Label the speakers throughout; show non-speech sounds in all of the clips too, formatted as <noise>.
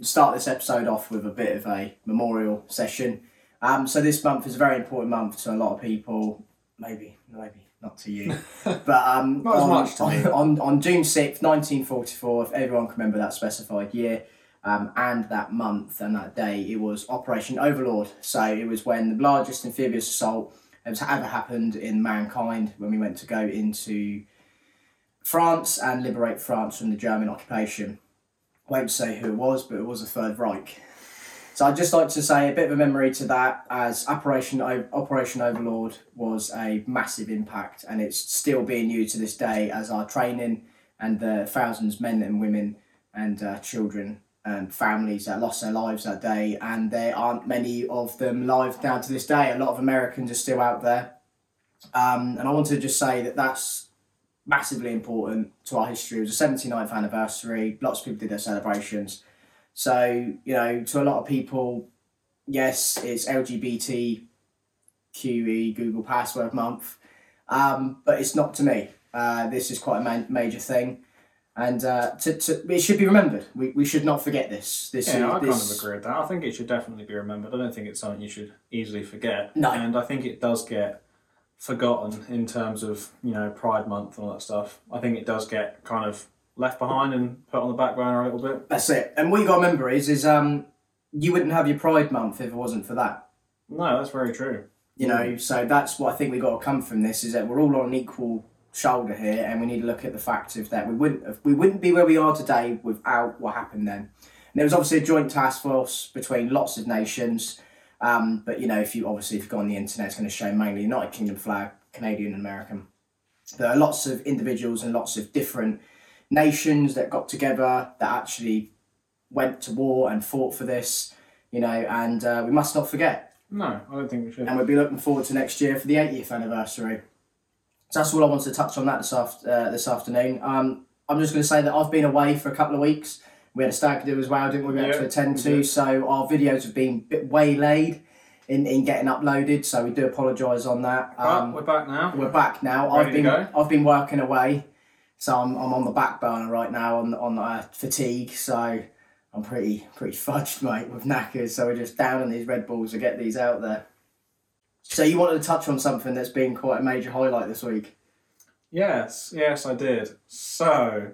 Speaker 1: start this episode off with a bit of a memorial session. Um, so this month is a very important month to a lot of people. Maybe, maybe not to
Speaker 2: <laughs>
Speaker 1: you, but um,
Speaker 2: Not as
Speaker 1: on,
Speaker 2: much to
Speaker 1: on,
Speaker 2: me.
Speaker 1: on on June sixth, nineteen forty four. If everyone can remember that specified year. Um, and that month and that day, it was Operation Overlord. So it was when the largest amphibious assault that has ever happened in mankind. When we went to go into France and liberate France from the German occupation. I won't say who it was, but it was the Third Reich. So I'd just like to say a bit of a memory to that, as Operation o- Operation Overlord was a massive impact, and it's still being used to this day as our training and the thousands men and women and uh, children and families that lost their lives that day, and there aren't many of them live down to this day. A lot of Americans are still out there, um, and I want to just say that that's massively important to our history. It was the 79th anniversary. Lots of people did their celebrations. So, you know, to a lot of people, yes, it's LGBTQE E, Google Password Month, um, but it's not to me. Uh, this is quite a ma- major thing. And uh, to, to, it should be remembered. We, we should not forget this. This
Speaker 2: Yeah, I
Speaker 1: is
Speaker 2: kind
Speaker 1: this,
Speaker 2: of agree with that. I think it should definitely be remembered. I don't think it's something you should easily forget.
Speaker 1: No.
Speaker 2: And I think it does get forgotten in terms of, you know, Pride Month and all that stuff. I think it does get kind of left behind and put on the back burner a little bit.
Speaker 1: That's it. And what you got to remember is, is um, you wouldn't have your Pride Month if it wasn't for that.
Speaker 2: No, that's very true.
Speaker 1: you know so that's what i think we got to come from this is that we're all on an equal shoulder here and we need to look at the fact of that we wouldn't have, we wouldn't be where we are today without what happened then and there was obviously a joint task force between lots of nations um, but you know if you obviously if you go on the internet it's going to show mainly united kingdom flag canadian and american there are lots of individuals and lots of different nations that got together that actually went to war and fought for this you know and uh, we must not forget
Speaker 2: No, I don't think we should.
Speaker 1: and we'll be looking forward to next year for the 80th anniversary. So that's all I wanted to touch on that this, aft- uh, this afternoon. Um, I'm just going to say that I've been away for a couple of weeks. We had a stag do as well, didn't we? We had
Speaker 2: Yeah,
Speaker 1: to attend
Speaker 2: we
Speaker 1: to,
Speaker 2: did.
Speaker 1: so our videos have been a bit waylaid in, in getting uploaded. So we do apologise on that.
Speaker 2: but
Speaker 1: Um,
Speaker 2: we're back now.
Speaker 1: we're back now. I've
Speaker 2: Ready
Speaker 1: been
Speaker 2: to
Speaker 1: I've been working away, so I'm, I'm on the back burner right now on on uh, fatigue. So I'm pretty pretty fudged, <laughs> mate, with knackers. So we're just down on these Red Bulls to get these out there. So you wanted to touch on something that's been quite a major highlight this week.
Speaker 2: Yes, yes, I did. So,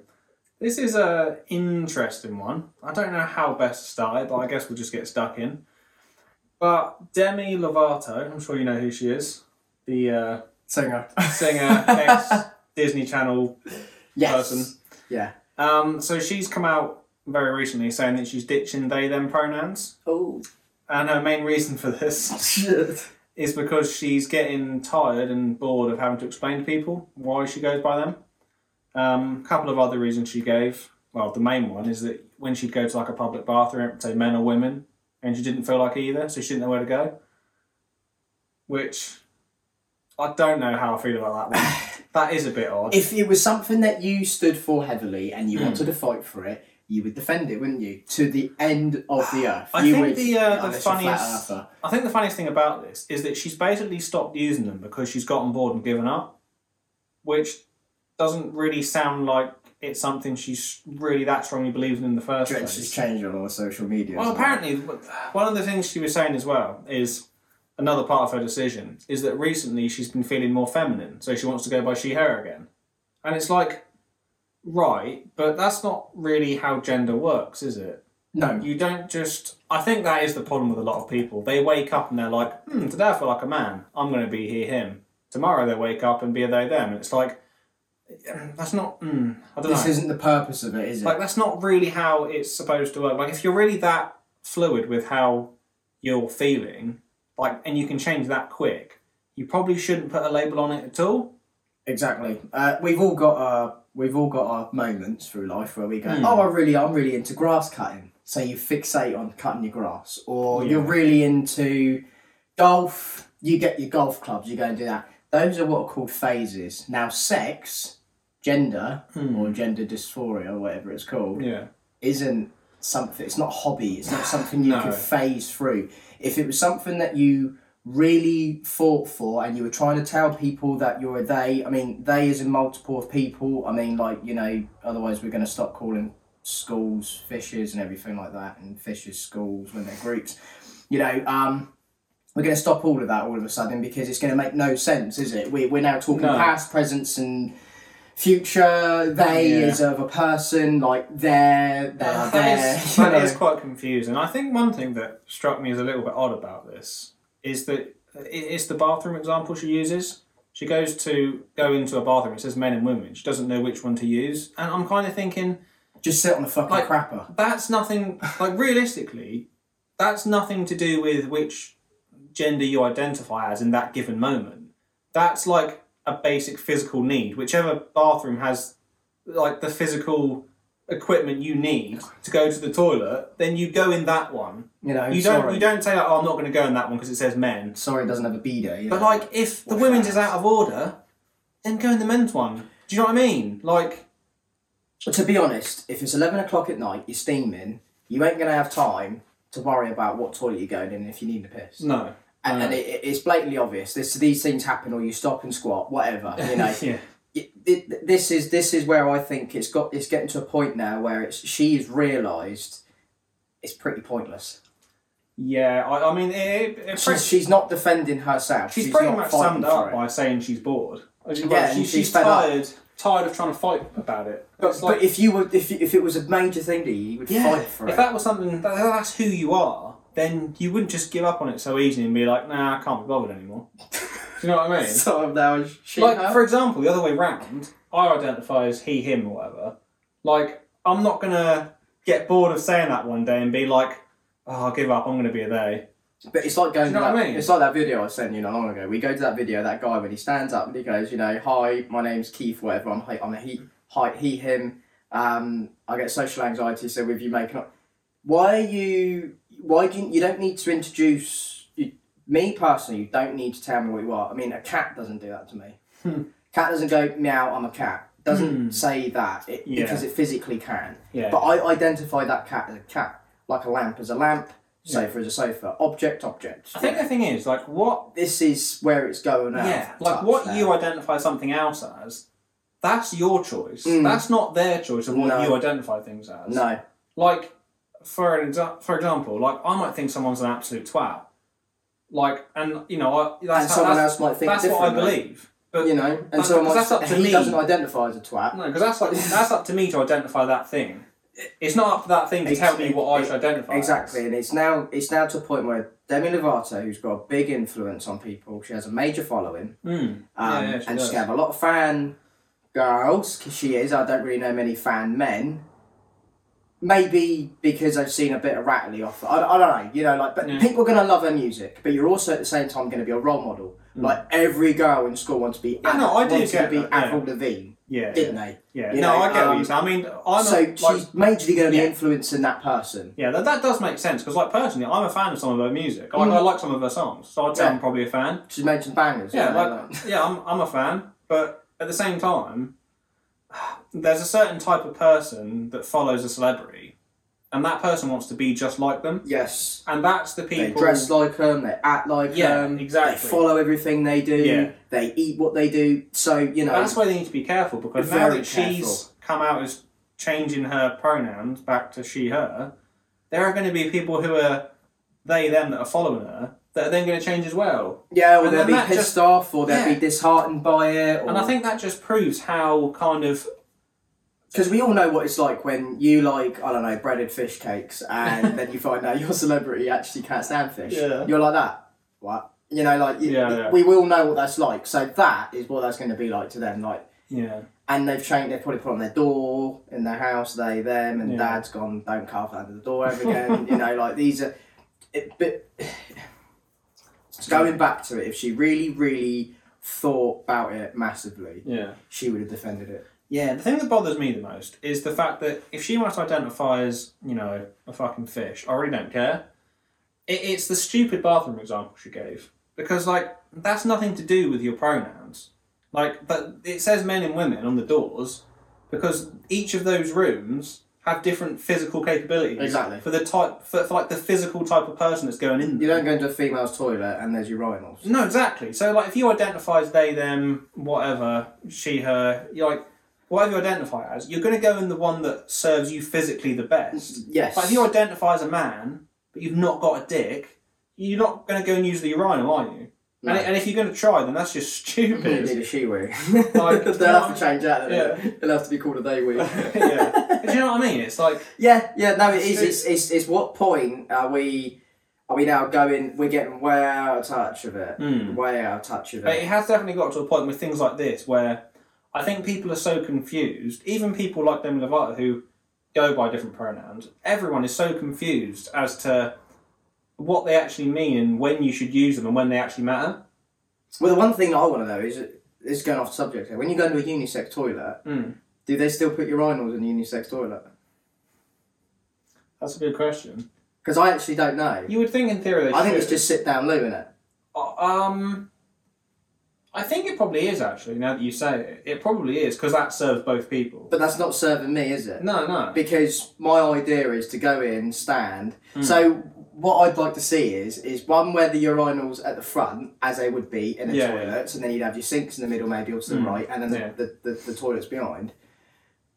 Speaker 2: this is a interesting one. I don't know how best to start it, but I guess we'll just get stuck in. But Demi Lovato, I'm sure you know who she is, the uh,
Speaker 1: Singer.
Speaker 2: singer ex Disney Channel.
Speaker 1: <laughs> yes.
Speaker 2: person.
Speaker 1: Yeah.
Speaker 2: Um, so she's come out very recently saying that she's ditching they them pronouns,
Speaker 1: Oh.
Speaker 2: and her main reason for this
Speaker 1: Shit.
Speaker 2: is because she's getting tired and bored of having to explain to people why she goes by them. A couple of other reasons she gave, well, the main one is that when she'd go to like a public bathroom, it would say men or women, and she didn't feel like either, so she didn't know where to go. Which I don't know how I feel about that one. that is a bit odd.
Speaker 1: If it was something that you stood for heavily and
Speaker 2: Hmm.
Speaker 1: you wanted to fight for it, you would defend it, wouldn't you? To the end of
Speaker 2: <sighs>
Speaker 1: the earth.
Speaker 2: I
Speaker 1: you
Speaker 2: think
Speaker 1: would,
Speaker 2: the, uh, the
Speaker 1: unless you're a flat
Speaker 2: funniest-
Speaker 1: earther.
Speaker 2: I think the funniest thing about this is that she's basically stopped using them because she's gotten bored and given up, which doesn't really sound like it's something she's really that strongly believes in in the first
Speaker 1: Drench has
Speaker 2: place.
Speaker 1: changed on all social media.
Speaker 2: Well,
Speaker 1: isn't it?
Speaker 2: apparently, one of the things she was saying as well is another part of her decision is that recently she's been feeling more feminine, so she wants to go by she, her again. And it's like, right, but that's not really how gender works, is it?
Speaker 1: No.
Speaker 2: You don't just. I think that is the problem with a lot of people. They wake up and they're like, hmm, today I feel like a man. I'm going to be he, him. Tomorrow they wake up and be a they, them. And it's like, <clears throat> that's not. Mm, I don't
Speaker 1: This
Speaker 2: know.
Speaker 1: isn't the purpose of it, is it?
Speaker 2: like, that's not really how it's supposed to work. Like, if you're really that fluid with how you're feeling, like, and you can change that quick, you probably shouldn't put a label on it at all.
Speaker 1: exactly. Uh, we've all got our we've all got our moments through life where we
Speaker 2: Hmm.
Speaker 1: go, oh, I really, I'm really into grass cutting. So you fixate on cutting your grass, or you're really into golf. You get your golf clubs. You go and do that. Those are what are called phases. Now, sex, gender,
Speaker 2: Hmm.
Speaker 1: or gender dysphoria, or whatever it's called,
Speaker 2: Yeah.
Speaker 1: isn't something it's not a hobby it's not something you
Speaker 2: No.
Speaker 1: can phase through if it was something that you really fought for and you were trying to tell people that you're a they i mean they is a multiple of people i mean like you know otherwise we're going to stop calling schools, fishers, and everything like that, and fishers' schools when they're groups. You know, um, we're going to stop all of that all of a sudden because it's going to make no sense, is it? We, we're now talking
Speaker 2: No.
Speaker 1: past, presence, and future. They
Speaker 2: Yeah.
Speaker 1: is of a person, like there, they are Uh, there.
Speaker 2: <laughs> That
Speaker 1: <laughs>
Speaker 2: is,
Speaker 1: you
Speaker 2: <laughs> that
Speaker 1: know.
Speaker 2: is quite confusing. I think one thing that struck me as a little bit odd about this is that it- it's the bathroom example she uses. She goes to go into a bathroom. It says men and women. She doesn't know which one to use, and I'm kind of thinking
Speaker 1: Just sit on the fucking
Speaker 2: Like-
Speaker 1: crapper.
Speaker 2: that's nothing. Like realistically, that's nothing to do with which gender you identify as in that given moment. That's like a basic physical need. Whichever bathroom has like the physical equipment you need to go to the toilet, then you go in that one.
Speaker 1: You know,
Speaker 2: You
Speaker 1: sorry.
Speaker 2: don't you don't say like, oh, I'm not going to go in that one because it says men.
Speaker 1: Sorry, it doesn't have a bidet. You
Speaker 2: But
Speaker 1: know.
Speaker 2: like if the
Speaker 1: Wash
Speaker 2: women's
Speaker 1: your
Speaker 2: is out of order, then go in the men's one. Do you know what I mean? Like
Speaker 1: But to be honest, if it's 11 o'clock at night, you're steaming, you ain't going to have time to worry about what toilet you're going in if you need a piss.
Speaker 2: no.
Speaker 1: And,
Speaker 2: no.
Speaker 1: and it, it- it's blatantly obvious. This, these things happen, or you stop and squat, whatever. You <laughs> know,
Speaker 2: yeah.
Speaker 1: it, it, this is this is where I think it's got. It's getting to a point now where it's she's realised it's pretty pointless.
Speaker 2: Yeah, I, I mean, it, it, it
Speaker 1: She's, she's not defending herself.
Speaker 2: She's, pretty
Speaker 1: not
Speaker 2: much
Speaker 1: fighting
Speaker 2: summed
Speaker 1: for
Speaker 2: up
Speaker 1: it.
Speaker 2: by saying she's bored. Like,
Speaker 1: Yeah, and
Speaker 2: she-
Speaker 1: she's
Speaker 2: she's,
Speaker 1: fed up.
Speaker 2: tired, tired of trying to fight about it.
Speaker 1: But,
Speaker 2: It's like-
Speaker 1: but if you were, if, you- if it was a major thing to you, you would
Speaker 2: yeah,
Speaker 1: fight for
Speaker 2: if
Speaker 1: it.
Speaker 2: that was something that, that's who you are, then you wouldn't just give up on it so easily and be like, nah, I can't be bothered anymore. <laughs> Do you know what I mean? <laughs>
Speaker 1: so now she
Speaker 2: like
Speaker 1: her.
Speaker 2: for example, the other way round, I identify as he, him, or whatever. Like I'm not gonna get bored of saying that one day and be like, oh, I'll give up. I'm gonna be a they.
Speaker 1: But it's like going.
Speaker 2: Do you
Speaker 1: to
Speaker 2: know what I
Speaker 1: that-
Speaker 2: mean?
Speaker 1: It's like that video I sent you not long ago. We go to that video. That guy when he stands up and he goes, you know, hi, my name's Keith. Whatever. I'm. hi- I'm a he. Hi, he, him. Um, I get social anxiety. So with you making up, why are you? Why do you, you don't need to introduce you, me personally? You don't need to tell me what you are. I mean, a cat doesn't do that to me.
Speaker 2: <laughs> Hmm.
Speaker 1: Cat doesn't go meow. I'm a cat. Doesn't
Speaker 2: Hmm.
Speaker 1: say that it,
Speaker 2: Yeah.
Speaker 1: because it physically can.
Speaker 2: Yeah.
Speaker 1: But I identify that cat as a cat, like a lamp as a lamp, sofa as a sofa, object, object.
Speaker 2: I think the thing is like what
Speaker 1: this is where it's going now.
Speaker 2: Yeah, like
Speaker 1: Touch
Speaker 2: what
Speaker 1: now.
Speaker 2: you identify something else as, that's your choice.
Speaker 1: Mm.
Speaker 2: That's not their choice of what
Speaker 1: No.
Speaker 2: you identify things as.
Speaker 1: No,
Speaker 2: Like, for an exa- for example, like I might think someone's an absolute twat. Like, and you know, I, that's
Speaker 1: and
Speaker 2: how-
Speaker 1: someone
Speaker 2: that's,
Speaker 1: else might think
Speaker 2: that's what I
Speaker 1: differently.
Speaker 2: believe. But
Speaker 1: You know, and
Speaker 2: That's-
Speaker 1: someone might
Speaker 2: that's up
Speaker 1: say, <laughs>
Speaker 2: to
Speaker 1: he
Speaker 2: me."
Speaker 1: doesn't identify as a twat.
Speaker 2: no, because that's
Speaker 1: <laughs>
Speaker 2: like that's up to me to identify that thing. It's not up to that thing to
Speaker 1: Ex-
Speaker 2: tell me what I should identify. as.
Speaker 1: Exactly, and it's now it's now to a point where Demi Lovato, who's got a big influence on people, she has a major following.
Speaker 2: Mm.
Speaker 1: Um,
Speaker 2: Yeah, yeah, she
Speaker 1: and
Speaker 2: does.
Speaker 1: she have a lot of fan girls, 'cause she is. I don't really know many fan men. Maybe because I've seen a bit of Rattly off. I, I don't know, you know, like, but
Speaker 2: Yeah.
Speaker 1: people are going to love her music, but you're also at the same time going to be a role model. Like, every girl in school wants to be,
Speaker 2: Yeah, no, Mm. I do
Speaker 1: wanted to
Speaker 2: get
Speaker 1: be
Speaker 2: that, yeah.
Speaker 1: Avril Lavigne,
Speaker 2: Yeah, yeah,
Speaker 1: didn't they?
Speaker 2: yeah.
Speaker 1: You
Speaker 2: No,
Speaker 1: know,
Speaker 2: I get what
Speaker 1: um,
Speaker 2: you saying. I mean, I'm
Speaker 1: so
Speaker 2: not, like,
Speaker 1: she's majorly going to be
Speaker 2: Yeah.
Speaker 1: influencing that person.
Speaker 2: Yeah, that, that does make sense because, like, personally, I'm a fan of some of her music. I, I like some of her songs, so I'd say
Speaker 1: Mm. Yeah.
Speaker 2: I'm probably a fan.
Speaker 1: She's mentioned bangers.
Speaker 2: Yeah,
Speaker 1: you know,
Speaker 2: like, yeah, I'm, I'm a fan, but at the same time, there's a certain type of person that follows a celebrity, and that person wants to be just like them,
Speaker 1: yes.
Speaker 2: and that's the people.
Speaker 1: They dress like them, they act like
Speaker 2: Yeah,
Speaker 1: them, they
Speaker 2: exactly.
Speaker 1: follow everything they do,
Speaker 2: Yeah.
Speaker 1: they eat what they do. So, you know,
Speaker 2: that's why they need to be careful because
Speaker 1: Very
Speaker 2: now that
Speaker 1: careful.
Speaker 2: she's come out as changing her pronouns back to she/her, there are going to be people who are they them that are following her that are then going to change as well.
Speaker 1: Yeah, or
Speaker 2: And
Speaker 1: they'll
Speaker 2: then
Speaker 1: be
Speaker 2: that
Speaker 1: pissed
Speaker 2: just-
Speaker 1: off, or they'll
Speaker 2: Yeah.
Speaker 1: be disheartened by it. Or,
Speaker 2: And I think that just proves how kind of
Speaker 1: because we all know what it's like when you like I don't know breaded fish cakes,
Speaker 2: <laughs>
Speaker 1: and then you find out your celebrity actually can't stand fish.
Speaker 2: Yeah.
Speaker 1: You're like that. What? You know, like you,
Speaker 2: Yeah, yeah.
Speaker 1: we will know what that's like. So that is what that's going to be like to them. Like,
Speaker 2: yeah
Speaker 1: and they've changed. They've probably put on their door in their house. They them and
Speaker 2: Yeah.
Speaker 1: dad's gone. Don't carve under the door ever again. you know, like these are. It, but going back to it, if she really, really thought about it massively,
Speaker 2: yeah
Speaker 1: she would have defended it.
Speaker 2: yeah. The thing that bothers me the most is the fact that if she must identify as you know a fucking fish, I really don't care. It, it's the stupid bathroom example she gave because like that's nothing to do with your pronouns. Like, but it says men and women on the doors because each of those rooms have different physical capabilities
Speaker 1: Exactly.
Speaker 2: for the type for, for like the physical type of person that's going in there.
Speaker 1: You don't go into a female's toilet and there's urinals.
Speaker 2: No, exactly. So like, if you identify as they, them, whatever, she, her, you're like, whatever you identify as, you're going to go in the one that serves you physically the best.
Speaker 1: Yes.
Speaker 2: But if you identify as a man, but you've not got a dick, you're not going to go and use the urinal, are you?
Speaker 1: No.
Speaker 2: And, and if you're going to try, then that's just <laughs>
Speaker 1: Need <laughs>
Speaker 2: stupid.
Speaker 1: a she wig. <laughs>
Speaker 2: Like,
Speaker 1: They'll
Speaker 2: <laughs>
Speaker 1: have to change that.
Speaker 2: Yeah.
Speaker 1: Yeah. It'll have to be called a they wig.
Speaker 2: <laughs> yeah. Do you know what I mean? It's like,
Speaker 1: Yeah, yeah, no, it is.
Speaker 2: So-
Speaker 1: It's, it's, it's what point are we are we now going? We're getting way out of touch of it.
Speaker 2: Hmm.
Speaker 1: Way out of touch of
Speaker 2: but it
Speaker 1: it.
Speaker 2: has definitely got to a point with things like this where I think people are so confused. Even people like Demi Lovato who go by different pronouns, everyone is so confused as to what they actually mean and when you should use them and when they actually matter.
Speaker 1: Well, the one thing that I want to know is is going off subject. here. When you go into a unisex toilet,
Speaker 2: Hmm.
Speaker 1: do they still put urinals in the unisex toilet?
Speaker 2: That's a good question.
Speaker 1: Because I actually don't know.
Speaker 2: You would think in theory they
Speaker 1: I think
Speaker 2: should.
Speaker 1: it's just sit down loo in it.
Speaker 2: Uh, Um, I think it probably is actually. Now that you say it, it probably is because that serves both people.
Speaker 1: But that's not serving me, is it?
Speaker 2: No, no.
Speaker 1: because my idea is to go in, stand.
Speaker 2: Hmm.
Speaker 1: So what I'd like to see is is one where the urinals at the front, as they would be in the
Speaker 2: Yeah, Hmm.
Speaker 1: toilets, and then you'd have your sinks in the middle, maybe or to the right, and then the,
Speaker 2: Yeah.
Speaker 1: the, the, the toilets behind.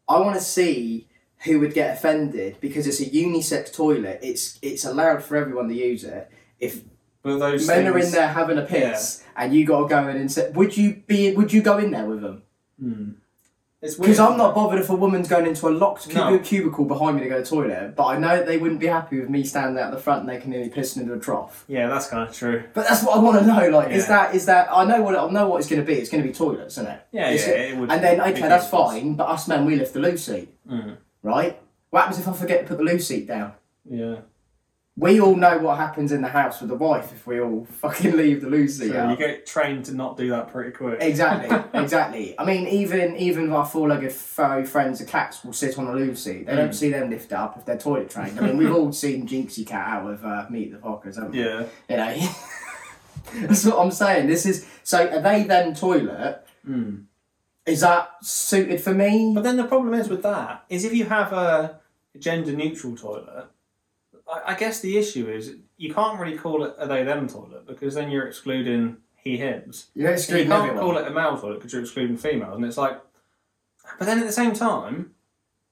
Speaker 1: I want to see who would get offended because it's a unisex toilet. It's it's allowed for everyone to use it. If
Speaker 2: But those
Speaker 1: men are in
Speaker 2: things-
Speaker 1: there having a piss and you got to go in and sit, would you be? Would you go in there with them?
Speaker 2: It's weird.
Speaker 1: Because I'm not bothered if a woman's going into a locked cub-
Speaker 2: No.
Speaker 1: cubicle behind me to go to the toilet, but I know they wouldn't be happy with me standing out the front and they can hear me pissing into a trough.
Speaker 2: Yeah, that's kind of true.
Speaker 1: But that's what I want to know. Like, is
Speaker 2: Yeah.
Speaker 1: that is that? I know what I know what it's going to be. It's going to be toilets, isn't it?
Speaker 2: Yeah,
Speaker 1: It's
Speaker 2: yeah,
Speaker 1: go-
Speaker 2: it would
Speaker 1: and then
Speaker 2: be-
Speaker 1: okay,
Speaker 2: be
Speaker 1: that's
Speaker 2: toilets.
Speaker 1: fine. But us men, we lift the loo seat,
Speaker 2: Mm.
Speaker 1: right? What happens if I forget to put the loo seat down?
Speaker 2: Yeah.
Speaker 1: We all know what happens in the house with the wife if we all <laughs> fucking leave the loo seat
Speaker 2: So
Speaker 1: out.
Speaker 2: you get trained to not do that pretty quick.
Speaker 1: Exactly, exactly. I mean, even even our four-legged furry friends, the cats, will sit on a loo seat. They
Speaker 2: Mm.
Speaker 1: don't see them lift up if they're toilet trained. I mean, we've all seen Jinxie Cat out of uh, Meet the Fockers, haven't we?
Speaker 2: Yeah.
Speaker 1: You know, <laughs> that's what I'm saying. This is so. Are they then toilet?
Speaker 2: Mm.
Speaker 1: Is that suited for me?
Speaker 2: But then the problem is with that is if you have a gender neutral toilet, I, I guess the issue is you can't really call it a they them toilet because then you're excluding he hims.
Speaker 1: You don't
Speaker 2: you
Speaker 1: exclude
Speaker 2: can't
Speaker 1: everyone.
Speaker 2: call it a male toilet because you're excluding females, and it's like, but then at the same time,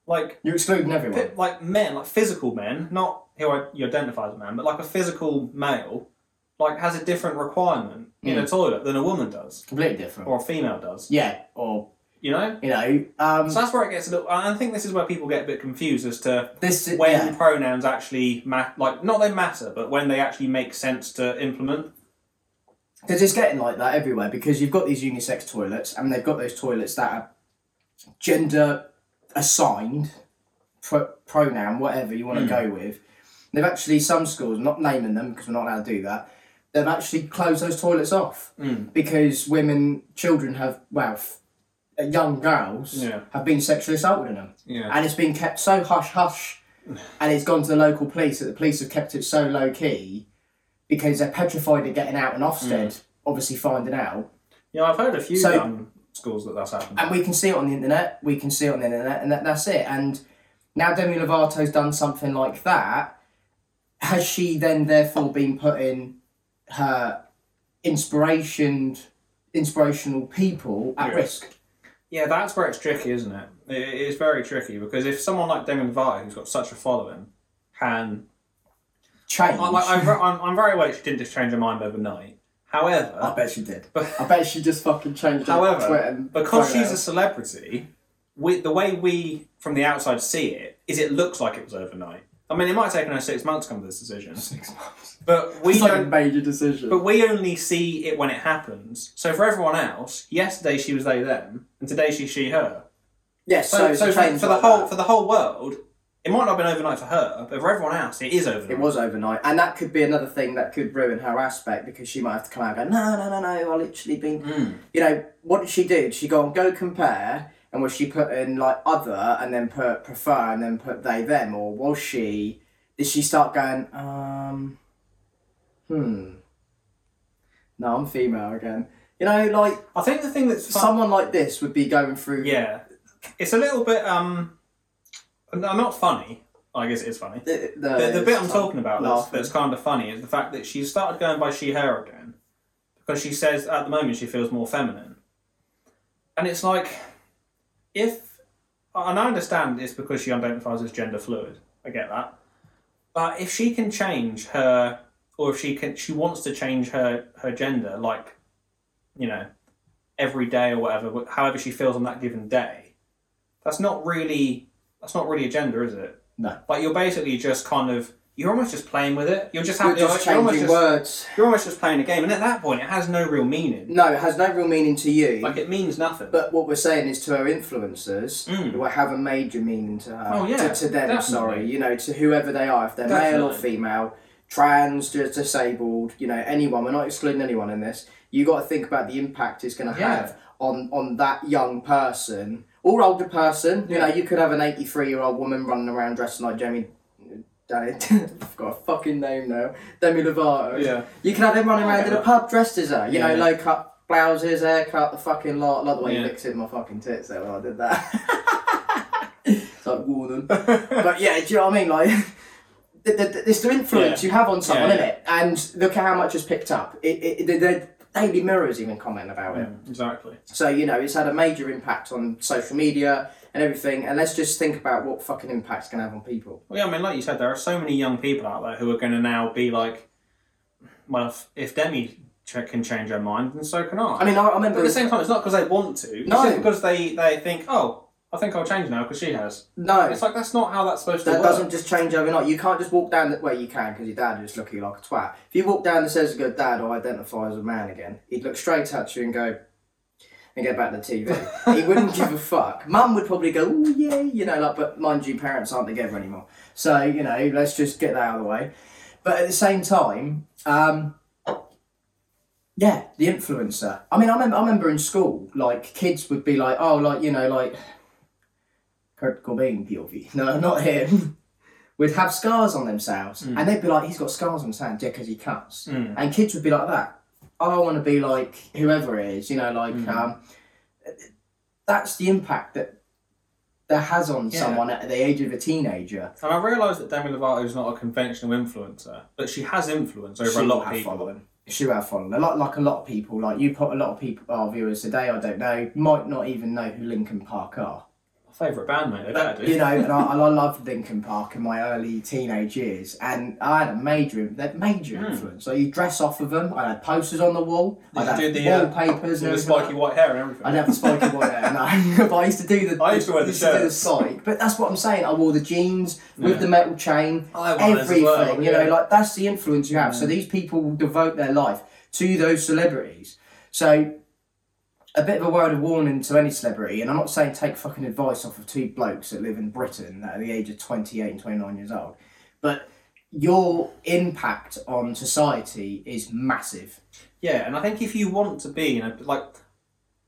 Speaker 2: like
Speaker 1: You're excluding everyone.
Speaker 2: fi- like men, like physical men, not who I, you identify as a man, but like a physical male, like has a different requirement in a toilet than a woman does
Speaker 1: Completely different.
Speaker 2: or a female does.
Speaker 1: yeah, or
Speaker 2: You know,
Speaker 1: you know, um,
Speaker 2: so that's where it gets a little. And I think this is where people get a bit confused as to
Speaker 1: this
Speaker 2: when
Speaker 1: yeah.
Speaker 2: pronouns actually ma- like not they matter, but when they actually make sense to implement.
Speaker 1: Because it's getting like that everywhere because you've got these unisex toilets and they've got those toilets that are gender assigned, pro- pronoun, whatever you want to go with. They've actually, some schools, I'm not naming them because we're not allowed to do that, they've actually closed those toilets off because women, children have, well, f- young girls
Speaker 2: Yeah.
Speaker 1: have been sexually assaulted in them.
Speaker 2: Yeah.
Speaker 1: And it's been kept so hush hush and it's gone to the local police that the police have kept it so low key because they're petrified of getting out and Ofsted
Speaker 2: Mm.
Speaker 1: obviously finding out.
Speaker 2: Yeah, I've heard a few
Speaker 1: So- Uh,
Speaker 2: young schools that that's happened.
Speaker 1: And we can see it on the internet, we can see it on the internet, and that, that's it. And now Demi Lovato's done something like that. Has she then therefore been putting her inspiration, inspirational people at
Speaker 2: Yeah.
Speaker 1: risk?
Speaker 2: Yeah, that's where it's tricky, isn't it? It it is very tricky because if someone like Demi Lovato, who's got such a following, can
Speaker 1: Change.
Speaker 2: I, like, I'm, ver- <laughs> I'm, I'm very aware she didn't just change her mind overnight.
Speaker 1: I
Speaker 2: However,
Speaker 1: bet she did. I bet she just fucking changed her Twitter.
Speaker 2: however,
Speaker 1: and
Speaker 2: because she's
Speaker 1: photo.
Speaker 2: a celebrity, we, the way we from the outside see it is it looks like it was overnight. I mean, it might have taken her six months to come to this decision,
Speaker 1: six months.
Speaker 2: but we
Speaker 1: It's like a
Speaker 2: don't.
Speaker 1: major decision.
Speaker 2: But we only see it when it happens. So for everyone else, yesterday she was they them, and today she's she her.
Speaker 1: yes,
Speaker 2: So, so, for,
Speaker 1: change
Speaker 2: for the
Speaker 1: like
Speaker 2: whole
Speaker 1: that.
Speaker 2: for the whole world, it might not have been overnight for her, but for everyone else, it is overnight.
Speaker 1: It was overnight, and that could be another thing that could ruin her aspect because she might have to come out and go, no, no, no, no, I literally been,
Speaker 2: Hmm.
Speaker 1: you know, what did she do? Did she go and go compare, and was she put in like other, and then put prefer, and then put they them, or was she? Did she start going, um, hmm, no, I'm female again. You know, like
Speaker 2: I think the thing that's fun,
Speaker 1: someone like this would be going through.
Speaker 2: yeah, it's a little bit um, n- not funny. I guess it is funny.
Speaker 1: The,
Speaker 2: The, the bit I'm talking about that's,
Speaker 1: laughing.
Speaker 2: that's kind of funny is the fact that she started going by she her again because she says at the moment she feels more feminine, and it's like if and I understand it's because she identifies as gender fluid. I get that. But if she can change her, or if she can, she wants to change her her gender, like, you know, every day or whatever, however she feels on that given day. That's not really that's not really a gender, is it?
Speaker 1: No.
Speaker 2: Like you're basically just kind of you're almost just playing with it. You're just
Speaker 1: We're
Speaker 2: having
Speaker 1: just
Speaker 2: you're almost
Speaker 1: changing
Speaker 2: just,
Speaker 1: words.
Speaker 2: you're almost just playing a game, and at that point, it has no real meaning.
Speaker 1: No, it has no real meaning to you.
Speaker 2: Like it means nothing.
Speaker 1: But what we're saying is to our influencers,
Speaker 2: Mm.
Speaker 1: who will have a major meaning to her.
Speaker 2: Oh, yeah,
Speaker 1: to, to them,
Speaker 2: definitely.
Speaker 1: sorry, you know, to whoever they are, if they're male or
Speaker 2: Definitely.
Speaker 1: female, trans, just disabled, you know, anyone. We're not excluding anyone in this. You got to think about the impact it's going to
Speaker 2: Yeah.
Speaker 1: have on on that young person or older person. You know,
Speaker 2: Yeah.
Speaker 1: you could have an eighty three year old woman running around dressing like <laughs> Jamie. Danny, <laughs> I've got a fucking name now. Demi Lovato.
Speaker 2: <laughs> Yeah.
Speaker 1: You can have him running around
Speaker 2: Yeah.
Speaker 1: in a pub dressed as her. You know,
Speaker 2: Yeah.
Speaker 1: low cut blouses, haircut, the fucking lot. Like the way you
Speaker 2: Yeah.
Speaker 1: licked in my fucking tits there when I did that. <laughs> it's like warning. but yeah, do you know what I mean? Like, <laughs> the, the, the, it's the influence
Speaker 2: Yeah.
Speaker 1: you have on someone,
Speaker 2: Yeah,
Speaker 1: in it? And look at how much it's picked up. It, it, the, the Daily Mirror's even comment about it.
Speaker 2: Mm, exactly.
Speaker 1: So, you know, it's had a major impact on social media and everything. And let's just think about what fucking impact it's going to have on people.
Speaker 2: Well, yeah, I mean, like you said, there are so many young people out there who are going to now be like, well, if, if Demi ch- can change her mind, then so can I.
Speaker 1: I mean, I, I
Speaker 2: but
Speaker 1: remember.
Speaker 2: at the same time, it's not because they want to.
Speaker 1: No.
Speaker 2: It's just because they, they think, oh, I think I'll change now because she has.
Speaker 1: no.
Speaker 2: It's like, that's not how that's supposed to
Speaker 1: That
Speaker 2: work.
Speaker 1: doesn't just change overnight. You can't just walk down the well, you can because your dad just look at you like a twat. If you walk down the stairs and go, Dad, I identify as a man again, he'd look straight at you and go and get back to
Speaker 2: <laughs>
Speaker 1: the TV. he wouldn't give a fuck. Mum would probably go, Oh yeah, you know, like but mind you, parents aren't together anymore. So, you know, let's just get that out of the way. But at the same time, um, yeah, the influencer. I mean, I remember, I remember in school, like kids would be like, oh, like you know, like Kurt Cobain, POV. <laughs> No, not him. <laughs> would have scars on themselves, and they'd be like, he's got scars on his hand, yeah, because he cuts.
Speaker 2: Mm.
Speaker 1: And kids would be like that. "Oh, I want to be like whoever it is, you know, like um, that's the impact that that has on
Speaker 2: Yeah.
Speaker 1: someone at the age of a teenager.
Speaker 2: And I realise that Demi Lovato is not a conventional influencer, but she has influence over
Speaker 1: She
Speaker 2: a
Speaker 1: will
Speaker 2: lot of
Speaker 1: have
Speaker 2: people.
Speaker 1: following. She will have following. A lot like a lot of people, like you put a lot of people our viewers today, I don't know, might not even know who Linkin Park are.
Speaker 2: My favourite band, mate. They better do.
Speaker 1: you know, and I, and I loved Linkin Park in my early teenage years, and I had a major, that major influence. Like you dress off of them. I had posters on the wall.
Speaker 2: Hmm. Did
Speaker 1: I
Speaker 2: you
Speaker 1: had
Speaker 2: do the, uh,
Speaker 1: wallpapers and
Speaker 2: With the
Speaker 1: everything like
Speaker 2: spiky white hair and everything.
Speaker 1: I never spoke about hair, no. <laughs> but I used to do the.
Speaker 2: I used to wear the
Speaker 1: do the
Speaker 2: shirts.
Speaker 1: side, but that's what I'm saying. I wore the jeans with the metal chain,
Speaker 2: I wore those as
Speaker 1: everything.
Speaker 2: well,
Speaker 1: you know,
Speaker 2: yeah.
Speaker 1: like that's the influence you have. So these people will devote their life to those celebrities. So. A bit of a word of warning to any celebrity, and I'm not saying take fucking advice off of two blokes that live in Britain that are the age of 28 and 29 years old, but your impact on society is massive.
Speaker 2: Yeah, and I think if you want to be in a like,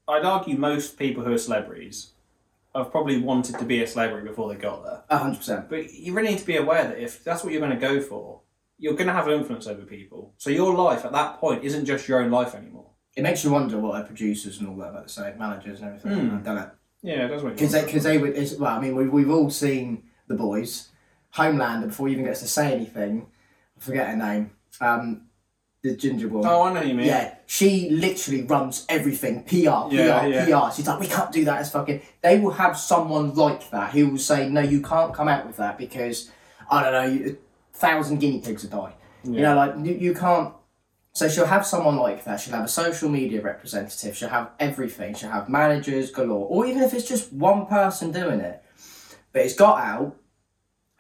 Speaker 2: I'd argue most people who are celebrities have probably wanted to be a celebrity before they got there.
Speaker 1: 100%.
Speaker 2: But you really need to be aware that if that's what you're going to go for, you're going to have an influence over people. So your life at that point isn't just your own life anymore.
Speaker 1: it makes you wonder what our producers and all that, like the same managers and everything,
Speaker 2: Hmm.
Speaker 1: have done it
Speaker 2: Yeah, that's what.
Speaker 1: because they, cause they would. It's, well, I mean, we've, we've all seen the boys, Homelander. Before he even gets to say anything, I forget her name. Um, the ginger woman.
Speaker 2: Oh, I know what you mean.
Speaker 1: Yeah, she literally runs everything. PR, PR,
Speaker 2: Yeah, yeah.
Speaker 1: PR. She's like, we can't do that. It's fucking. They will have someone like that who will say, no, you can't come out with that because I don't know, you- a thousand guinea pigs will die. You know, like you, you can't. So she'll have someone like that. She'll have a social media representative. She'll have everything. She'll have managers galore, or even if it's just one person doing it. But it's got out,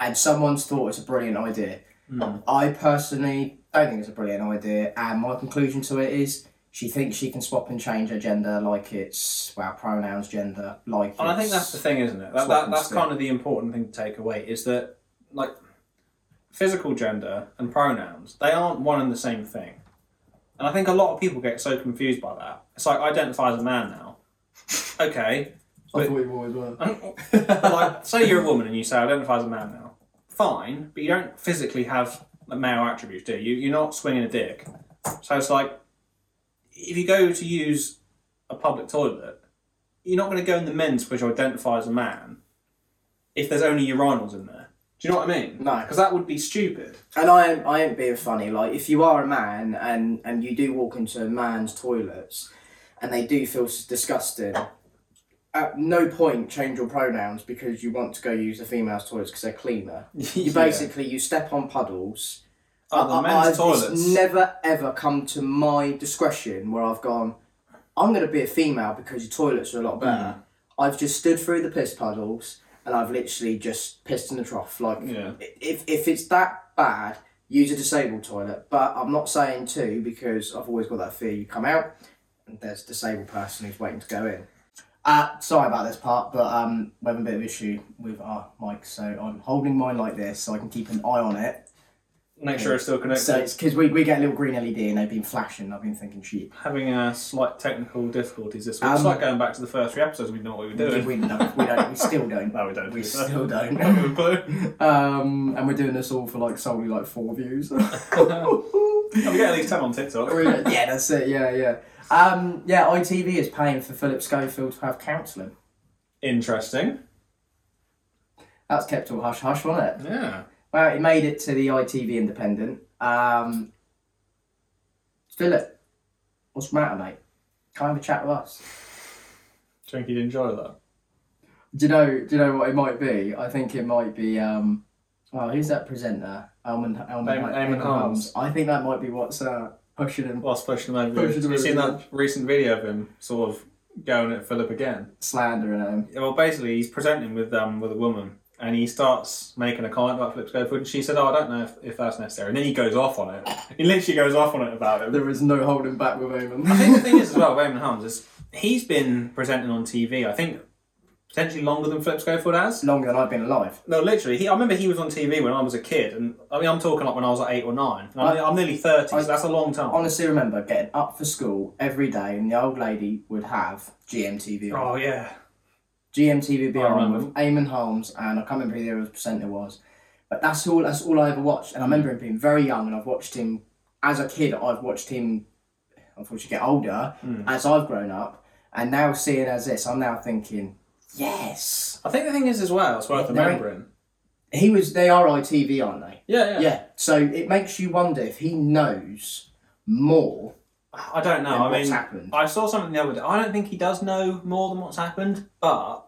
Speaker 1: and someone's thought it's a brilliant idea.
Speaker 2: Hmm.
Speaker 1: I personally don't think it's a brilliant idea, and my conclusion to it is she thinks she can swap and change her gender like it's well pronouns, gender like.
Speaker 2: And I think
Speaker 1: it's-
Speaker 2: that's the thing, isn't it? That,
Speaker 1: Swap
Speaker 2: that,
Speaker 1: and
Speaker 2: that's
Speaker 1: stick.
Speaker 2: kind of the important thing to take away is that, like, physical gender and pronouns, they aren't one and the same thing. And I think a lot of people get so confused by that. It's like, I identify as a man now. Okay.
Speaker 1: I thought you always were. <laughs>
Speaker 2: like, say you're a woman and you say, I identify as a man now. Fine, but you don't physically have like, male attributes, do you? You're not swinging a dick. So it's like, if you go to use a public toilet, you're not going to go in the men's which identify as a man if there's only urinals in there. Do you know what I mean?
Speaker 1: No.
Speaker 2: Because that would be stupid.
Speaker 1: And I am, I ain't being funny. Like, if you are a man and and you do walk into a man's toilets, and they do feel s- disgusted, at no point change your pronouns because you want to go use the females' toilets because they're cleaner. You
Speaker 2: Yeah.
Speaker 1: basically you step on puddles.
Speaker 2: Oh, the
Speaker 1: I- I-
Speaker 2: men's
Speaker 1: I've- it's
Speaker 2: toilets.
Speaker 1: never ever come to my discretion where I've gone. I'm going to be a female because your toilets are a
Speaker 2: Mm.
Speaker 1: lot better. I've just stood through the piss puddles and I've literally just pissed in the trough. Like,
Speaker 2: Yeah.
Speaker 1: if if it's that bad, use a disabled toilet. But I'm not saying to because I've always got that fear you come out and there's a disabled person who's waiting to go in. Uh, sorry about this part, but um, we're having a bit of issue with our mic, so I'm holding mine like this so I can keep an eye on it.
Speaker 2: Make sure it's still connected.
Speaker 1: So it's because we, we get a little green LED and they've been flashing. I've been thinking, shit,
Speaker 2: Having uh, slight technical difficulties this week. it's
Speaker 1: Um,
Speaker 2: like going back to the first three episodes. We didn't know what we were
Speaker 1: we,
Speaker 2: doing.
Speaker 1: we, don't, we don't, we still don't.
Speaker 2: no, we don't.
Speaker 1: We
Speaker 2: do that. <laughs>
Speaker 1: still
Speaker 2: Not
Speaker 1: don't.
Speaker 2: with a clue.
Speaker 1: Um, and we're doing this all for like solely like four views. <laughs> uh,
Speaker 2: I'm getting at least ten on TikTok.
Speaker 1: yeah, that's it. Yeah, yeah. Um, yeah, ITV is paying for Philip Schofield to have counselling.
Speaker 2: Interesting.
Speaker 1: That's kept all hush hush, wasn't it?
Speaker 2: Yeah.
Speaker 1: Well, it made it to the ITV Independent. Um, Philip, what's the matter, mate? Can I have a chat with us?
Speaker 2: Do you think you'd enjoy that?
Speaker 1: Do you know? Do you know what it might be? I think it might be. Um, oh, who's that presenter? Elman, Elman, Eamon
Speaker 2: Eamon- Eamon Holmes.
Speaker 1: I think that might be what's uh, pushing him
Speaker 2: Whilst pushing him over.
Speaker 1: Pushing him
Speaker 2: Have you
Speaker 1: over
Speaker 2: seen
Speaker 1: the
Speaker 2: that recent video of him sort of going at Philip again?
Speaker 1: slandering him.
Speaker 2: Yeah, well, basically, he's presenting with um with a woman, and he starts making a comment about Philip Schofield, and she said, "Oh, I don't know if, if that's necessary." And then he goes off on it. He literally goes off on it about it.
Speaker 1: There is no holding back with Eamon. <laughs>
Speaker 2: I think the thing is as well, Raymond Holmes is he's been presenting on TV. I think potentially longer than Philip Schofield has.
Speaker 1: longer than I've been alive.
Speaker 2: No, literally, he, I remember he was on TV when I was a kid, and I mean, I'm talking like when I was like eight or nine. And I'm, I'm nearly thirty, so that's a long time.
Speaker 1: honestly remember getting up for school every day, and the old lady would have GMTV on.
Speaker 2: oh yeah,
Speaker 1: GMTV would be
Speaker 2: I
Speaker 1: on
Speaker 2: remember.
Speaker 1: with Eamon Holmes, and I can't remember who the other presenter was, but that's all. That's all I ever watched, and I remember him being very young, and I've watched him as a kid. I've watched him, unfortunately, get older as I've grown up, and now seeing as this, I'm now thinking, yes,
Speaker 2: I think the thing is as well, it's worth
Speaker 1: They're-
Speaker 2: remembering.
Speaker 1: he was. They are ITV, aren't they?
Speaker 2: Yeah, yeah.
Speaker 1: Yeah. So it makes you wonder if he knows more
Speaker 2: I don't know.
Speaker 1: than
Speaker 2: I
Speaker 1: what's
Speaker 2: mean,
Speaker 1: happened.
Speaker 2: I saw something the other day. I don't think he does know more than what's happened, but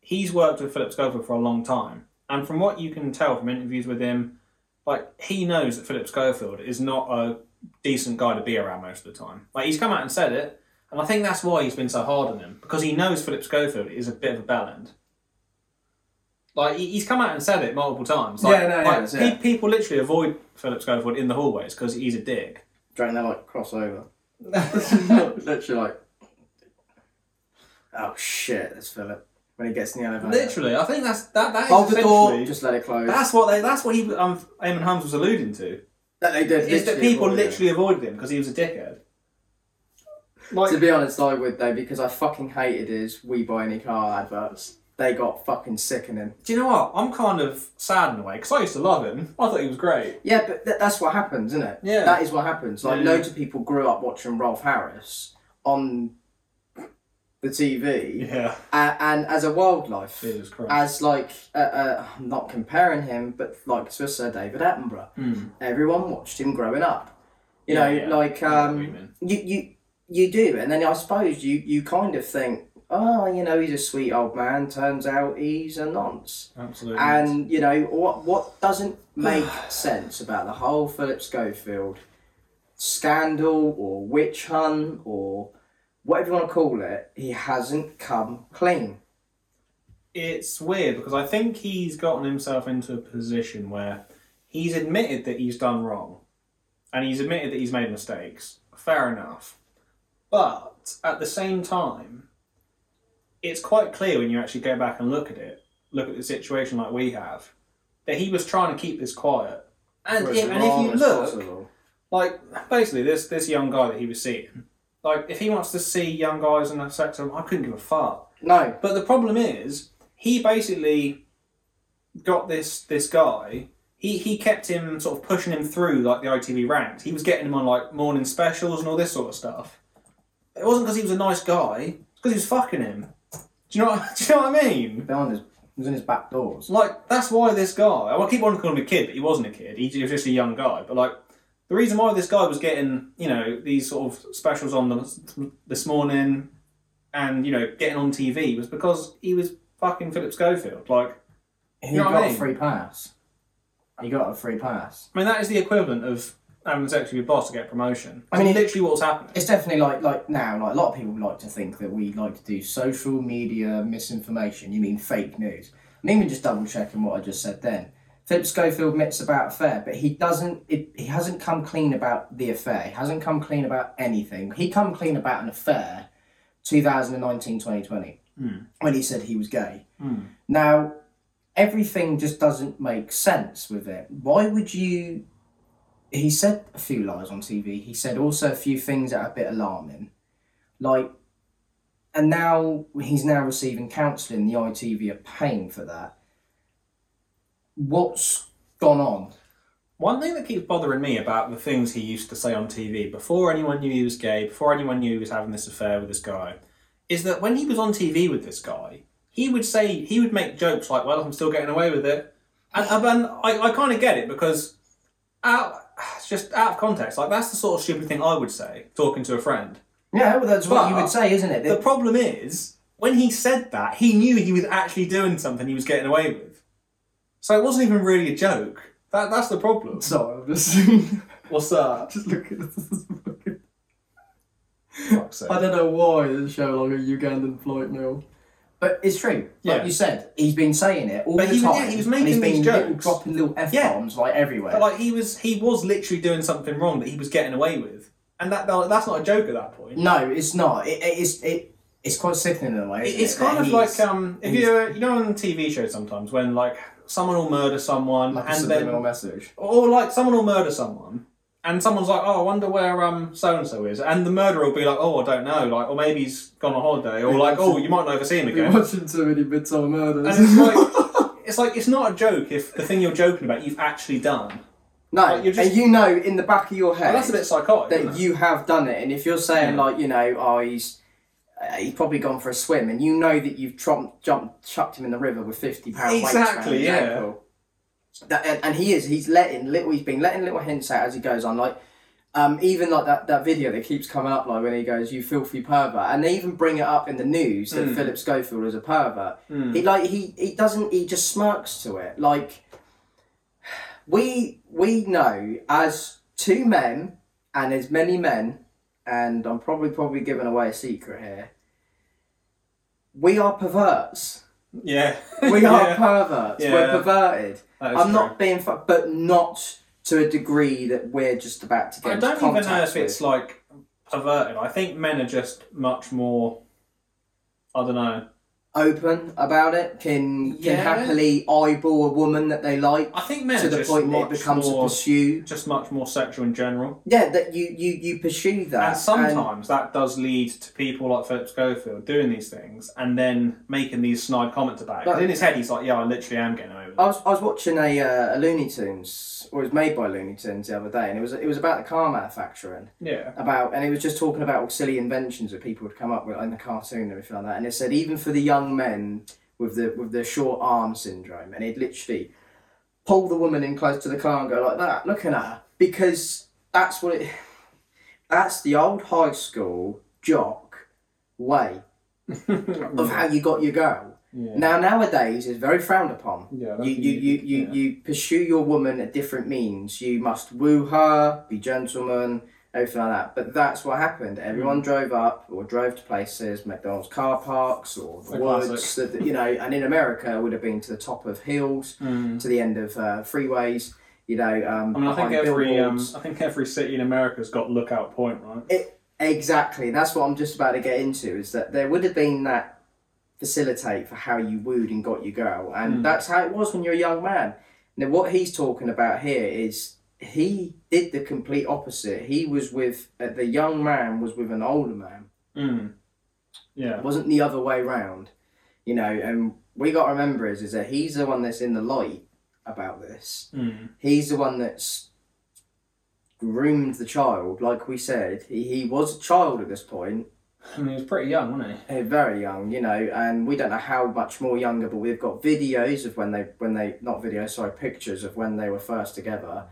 Speaker 2: he's worked with Philip Schofield for a long time, and from what you can tell from interviews with him, like he knows that Philip Schofield is not a decent guy to be around most of the time. Like he's come out and said it, and I think that's why he's been so hard on him because he knows Philip Schofield is a bit of a bellend. Like he- he's come out and said it multiple times. Like,
Speaker 1: Yeah, no, he
Speaker 2: like,
Speaker 1: has, yeah.
Speaker 2: pe- people literally avoid Philip Schofield in the hallways because he's a
Speaker 1: <laughs>
Speaker 2: dick.
Speaker 1: Don't they like cross over? Literally like, oh shit, that's Philip. When he gets in the elevator,
Speaker 2: Literally, I think that's that. That is
Speaker 1: bolt the door,
Speaker 2: essentially-
Speaker 1: just let it close.
Speaker 2: That's what they, that's what he um, Eamon Holmes was alluding to.
Speaker 1: that they did.
Speaker 2: Is that
Speaker 1: literally
Speaker 2: people
Speaker 1: avoid it.
Speaker 2: literally avoided him because he was a dickhead. Like,
Speaker 1: To be honest, I would though because I fucking hated his "We Buy Any Car" adverts. They got fucking sickening.
Speaker 2: do you know what? I'm kind of sad in a way because I used to love him. I thought he was great.
Speaker 1: Yeah, but th- that's what happens, isn't it?
Speaker 2: Yeah.
Speaker 1: That is what happens. Like
Speaker 2: Yeah.
Speaker 1: loads of people grew up watching Rolf Harris on the TV,
Speaker 2: Yeah,
Speaker 1: a- and as a wildlife.
Speaker 2: Jesus Christ.
Speaker 1: as like uh, uh, I'm not comparing him, but like to Sir David Attenborough. Everyone watched him growing up. You
Speaker 2: Hmm. Yeah,
Speaker 1: know,
Speaker 2: yeah.
Speaker 1: like
Speaker 2: I know what
Speaker 1: um,
Speaker 2: you mean.
Speaker 1: you you you do, and then I suppose you you kind of think, oh, you know, he's a sweet old man. Turns out he's a nonce.
Speaker 2: Absolutely.
Speaker 1: And you know what? What
Speaker 2: <sighs>
Speaker 1: doesn't make sense about the whole Philip Schofield scandal or witch hunt or whatever you want to call it? He hasn't come clean.
Speaker 2: it's weird because I think he's gotten himself into a position where he's admitted that he's done wrong and he's admitted that he's made mistakes. Fair enough. But at the same time, it's quite clear when you actually go back and look at it, look at the situation like we have, that he was trying to keep this quiet. And,
Speaker 1: For as
Speaker 2: if, and if
Speaker 1: long
Speaker 2: you
Speaker 1: as
Speaker 2: look,
Speaker 1: possible.
Speaker 2: like basically this this young guy that he was seeing, like if he wants to see young guys in a sex, I couldn't give a fuck.
Speaker 1: No,
Speaker 2: But the problem is, he basically got this this guy. He he kept him sort of pushing him through like the ITV ranks. He was getting him on like morning specials and all this sort of stuff. It wasn't because he was a nice guy. It's because he was fucking him. Do you know? What, <laughs> do you know what I mean?
Speaker 1: behind his, it was in his back doors.
Speaker 2: Like that's why this guy. I keep on calling him a kid, but he wasn't a kid. He, he was just a young guy. But like the reason why this guy was getting you know these sort of specials on the this morning, and you know getting on TV was because he was fucking Philip Schofield. Like,
Speaker 1: He
Speaker 2: You know what
Speaker 1: got
Speaker 2: I mean?
Speaker 1: a free pass. He got a free pass.
Speaker 2: I mean, that is the equivalent of having sex with your boss to get a promotion.
Speaker 1: I mean,
Speaker 2: That's literally what's happening.
Speaker 1: It's definitely like like now, like a lot of people like to think that we like to do social media misinformation. You mean fake news? I'm even just double checking what I just said then. Philip Schofield admits about affair, but he doesn't. It, he hasn't come clean about the affair. He hasn't come clean about anything. He come clean about an affair, 2019, 2020, when he said he was gay. Now, everything just doesn't make sense with it. Why would you he said a few lies on TV. He said also a few things that are a bit alarming, like, and now he's now receiving counselling. The ITV are paying for that. What's gone on?
Speaker 2: One thing that keeps bothering me about the things he used to say on TV before anyone knew he was gay, before anyone knew he was having this affair with this guy, is that when he was on TV with this guy, he would say, he would make jokes like, well, I'm still getting away with it. And, and I, I kind of get it because out, <sighs> it's just out of context. Like, that's the sort of stupid thing I would say talking to a friend.
Speaker 1: Yeah, well, that's what you
Speaker 2: But-
Speaker 1: would say, isn't it?
Speaker 2: The problem is, when he said that, he knew he was actually doing something he was getting away with. So it wasn't even really a joke. That, that's the problem.
Speaker 1: Sorry, I'm just
Speaker 2: What's that?
Speaker 1: <laughs> just looking at this. fucking-
Speaker 2: Fuck's sake.
Speaker 1: I don't know why this show like a Ugandan flight mill. But it's true. Like
Speaker 2: Yeah.
Speaker 1: you said, he's been saying it all
Speaker 2: But
Speaker 1: the
Speaker 2: he was-
Speaker 1: time.
Speaker 2: yeah, he was
Speaker 1: and
Speaker 2: making
Speaker 1: he's been
Speaker 2: these
Speaker 1: little-
Speaker 2: jokes.
Speaker 1: dropping little f bombs like everywhere.
Speaker 2: But like he was, he was literally doing something wrong that he was getting away with, and that that- that's not a joke at that point.
Speaker 1: No, it's not. It, it, it's it, it's quite sickening in a way. Isn't
Speaker 2: It- It's
Speaker 1: it?
Speaker 2: kind
Speaker 1: That
Speaker 2: of like
Speaker 1: he's
Speaker 2: um, if
Speaker 1: he's-
Speaker 2: you you know on TV shows sometimes when like someone will murder someone
Speaker 1: like a
Speaker 2: and
Speaker 1: subliminal
Speaker 2: then
Speaker 1: message.
Speaker 2: or like someone will murder someone and someone's like, oh, I wonder where um so and so is, and the murderer will be like, oh, I don't know, like or maybe he's gone on holiday, or
Speaker 1: We
Speaker 2: like,
Speaker 1: watched-
Speaker 2: oh, you might never see him
Speaker 1: Been <laughs>
Speaker 2: again.
Speaker 1: watching too many midtime murders.
Speaker 2: And it's like it's like it's not a joke if the thing you're joking about you've actually done.
Speaker 1: <laughs> no,
Speaker 2: like, you're just-
Speaker 1: and you know in the back of your head
Speaker 2: But that's a bit psychotic. isn't
Speaker 1: that
Speaker 2: it?
Speaker 1: you have done it, and if you're saying
Speaker 2: Yeah.
Speaker 1: like you know, oh, he's uh, he's probably gone for a swim, and you know that you've tromped, jumped, chucked him in the river with fifty pound weights around
Speaker 2: Exactly,
Speaker 1: his
Speaker 2: yeah.
Speaker 1: ankle. That, and, and he is. He's letting little. He's been letting little hints out as he goes on. Like um, even like that, that video that keeps coming up, like when he goes, "You filthy pervert," and they even bring it up in the news
Speaker 2: Hmm.
Speaker 1: that Philip Schofield is a pervert. He like he he doesn't. He just smirks to it. Like we we know as two men and as many men, and I'm probably probably giving away a secret here. We are
Speaker 2: <laughs>
Speaker 1: perverts.
Speaker 2: yeah, <laughs>
Speaker 1: We are
Speaker 2: yeah.
Speaker 1: perverts. We're
Speaker 2: Yeah.
Speaker 1: perverted.
Speaker 2: That
Speaker 1: I'm
Speaker 2: is true.
Speaker 1: not being, fu- but not to a degree that we're just about to get.
Speaker 2: I
Speaker 1: into
Speaker 2: don't even know
Speaker 1: contact
Speaker 2: if it's
Speaker 1: with.
Speaker 2: like perverted. I think men are just much more. I don't know.
Speaker 1: open about it. Can
Speaker 2: Yeah.
Speaker 1: can happily eyeball a woman that they like
Speaker 2: I think men
Speaker 1: to
Speaker 2: are
Speaker 1: the
Speaker 2: just
Speaker 1: point that
Speaker 2: much
Speaker 1: it becomes
Speaker 2: more,
Speaker 1: a pursue.
Speaker 2: just much more sexual in general.
Speaker 1: Yeah, that you you you pursue that.
Speaker 2: And sometimes that does lead to people like Philip Schofield doing these things and then making these snide comments about it. 'Cause
Speaker 1: But-
Speaker 2: in his head, he's like, "Yeah, I literally am getting away with it."
Speaker 1: I was, I was watching a, uh, a Looney Tunes, or it was made by Looney Tunes the other day, and it was it was about the car manufacturing.
Speaker 2: yeah, <laughs>
Speaker 1: about and it was just talking about silly inventions that people would come up with in the cartoon and everything like that and it said even for the young men with the with the short arm syndrome and he'd literally pull the woman in close to the car and go like that looking at her because that's what it that's the old high school jock way of how you got your girl
Speaker 2: yeah.
Speaker 1: now nowadays is very frowned upon
Speaker 2: Yeah, I don't
Speaker 1: you
Speaker 2: think
Speaker 1: you
Speaker 2: you-
Speaker 1: you, you,
Speaker 2: yeah.
Speaker 1: you pursue your woman at different means. You must woo her, be gentleman, everything like that. But that's what happened. Everyone
Speaker 2: Hmm.
Speaker 1: drove up or drove to places, McDonald's car parks or the
Speaker 2: The
Speaker 1: woods. The, the- you know, and in America it would have been to the top of hills, to the end of uh, freeways. You know, um,
Speaker 2: Hmm. I mean, I think
Speaker 1: behind
Speaker 2: every um,
Speaker 1: billboards.
Speaker 2: I think every city in America's got lookout point, right?
Speaker 1: It, exactly. That's what I'm just about to get into. Is that there would have been that facilitate for how you wooed and got your girl, and that's how it was when you're a young man. Now, what he's talking about here is he did the complete opposite. He was with uh, the young man was with an older man. Hmm.
Speaker 2: Mm. Yeah.
Speaker 1: It wasn't the other way round, you know. And we got to remember is is that he's the one that's in the light about this
Speaker 2: Mm.
Speaker 1: he's the one that's groomed the child. Like we said, he, he was a child at this point,
Speaker 2: I mean, he was pretty young, wasn't he?
Speaker 1: eh, very young, you know, and we don't know how much more younger, but we've got videos of when they, when they, not videos, sorry, pictures of when they were first
Speaker 2: Mm.
Speaker 1: together.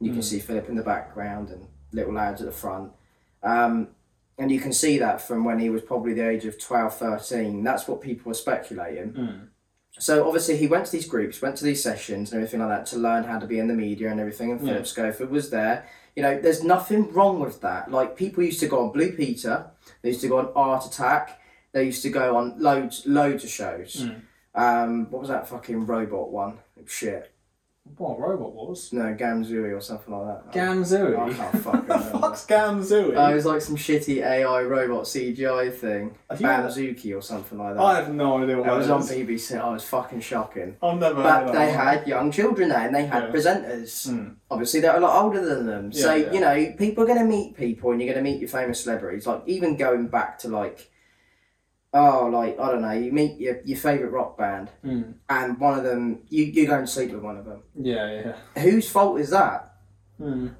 Speaker 1: You can see Philip in the background and little lads at the front. Um, And you can see that from when he was probably the age of 12, 13. That's what people were speculating.
Speaker 2: Mm.
Speaker 1: So obviously he went to these groups, went to these sessions and everything like that to learn how to be in the media and everything. And
Speaker 2: Yeah.
Speaker 1: Philip Schofield was there. You know, there's nothing wrong with that. Like people used to go on Blue Peter, they used to go on Art Attack, they used to go on loads, loads of shows.
Speaker 2: Hmm.
Speaker 1: Um, what was that fucking robot one? Shit.
Speaker 2: What robot wars?
Speaker 1: No, Gamzooey or something like that. Oh, I
Speaker 2: Gamzooey.
Speaker 1: can't
Speaker 2: <laughs>
Speaker 1: fucking
Speaker 2: the
Speaker 1: remember.
Speaker 2: fuck's Gamzooey?
Speaker 1: Uh, it was like some shitty AI robot CGI thing.
Speaker 2: Have you-
Speaker 1: Banzuki or something like Oh, that.
Speaker 2: I have no idea what
Speaker 1: I was
Speaker 2: that
Speaker 1: on
Speaker 2: is.
Speaker 1: BBC. I was fucking shocking.
Speaker 2: I've never heard
Speaker 1: But
Speaker 2: of
Speaker 1: they
Speaker 2: that.
Speaker 1: had young children there, and they had
Speaker 2: Yeah.
Speaker 1: presenters.
Speaker 2: Mm.
Speaker 1: Obviously, they're a lot older than them. so
Speaker 2: Yeah, yeah.
Speaker 1: you know, people are going to meet people, and you're going to meet your famous celebrities. Like even going back to like, oh, like I don't know, you meet your, your favorite rock band,
Speaker 2: Mm.
Speaker 1: and one of them, you you go and sleep with one of them.
Speaker 2: Yeah, yeah.
Speaker 1: Whose fault is that?
Speaker 2: Mm.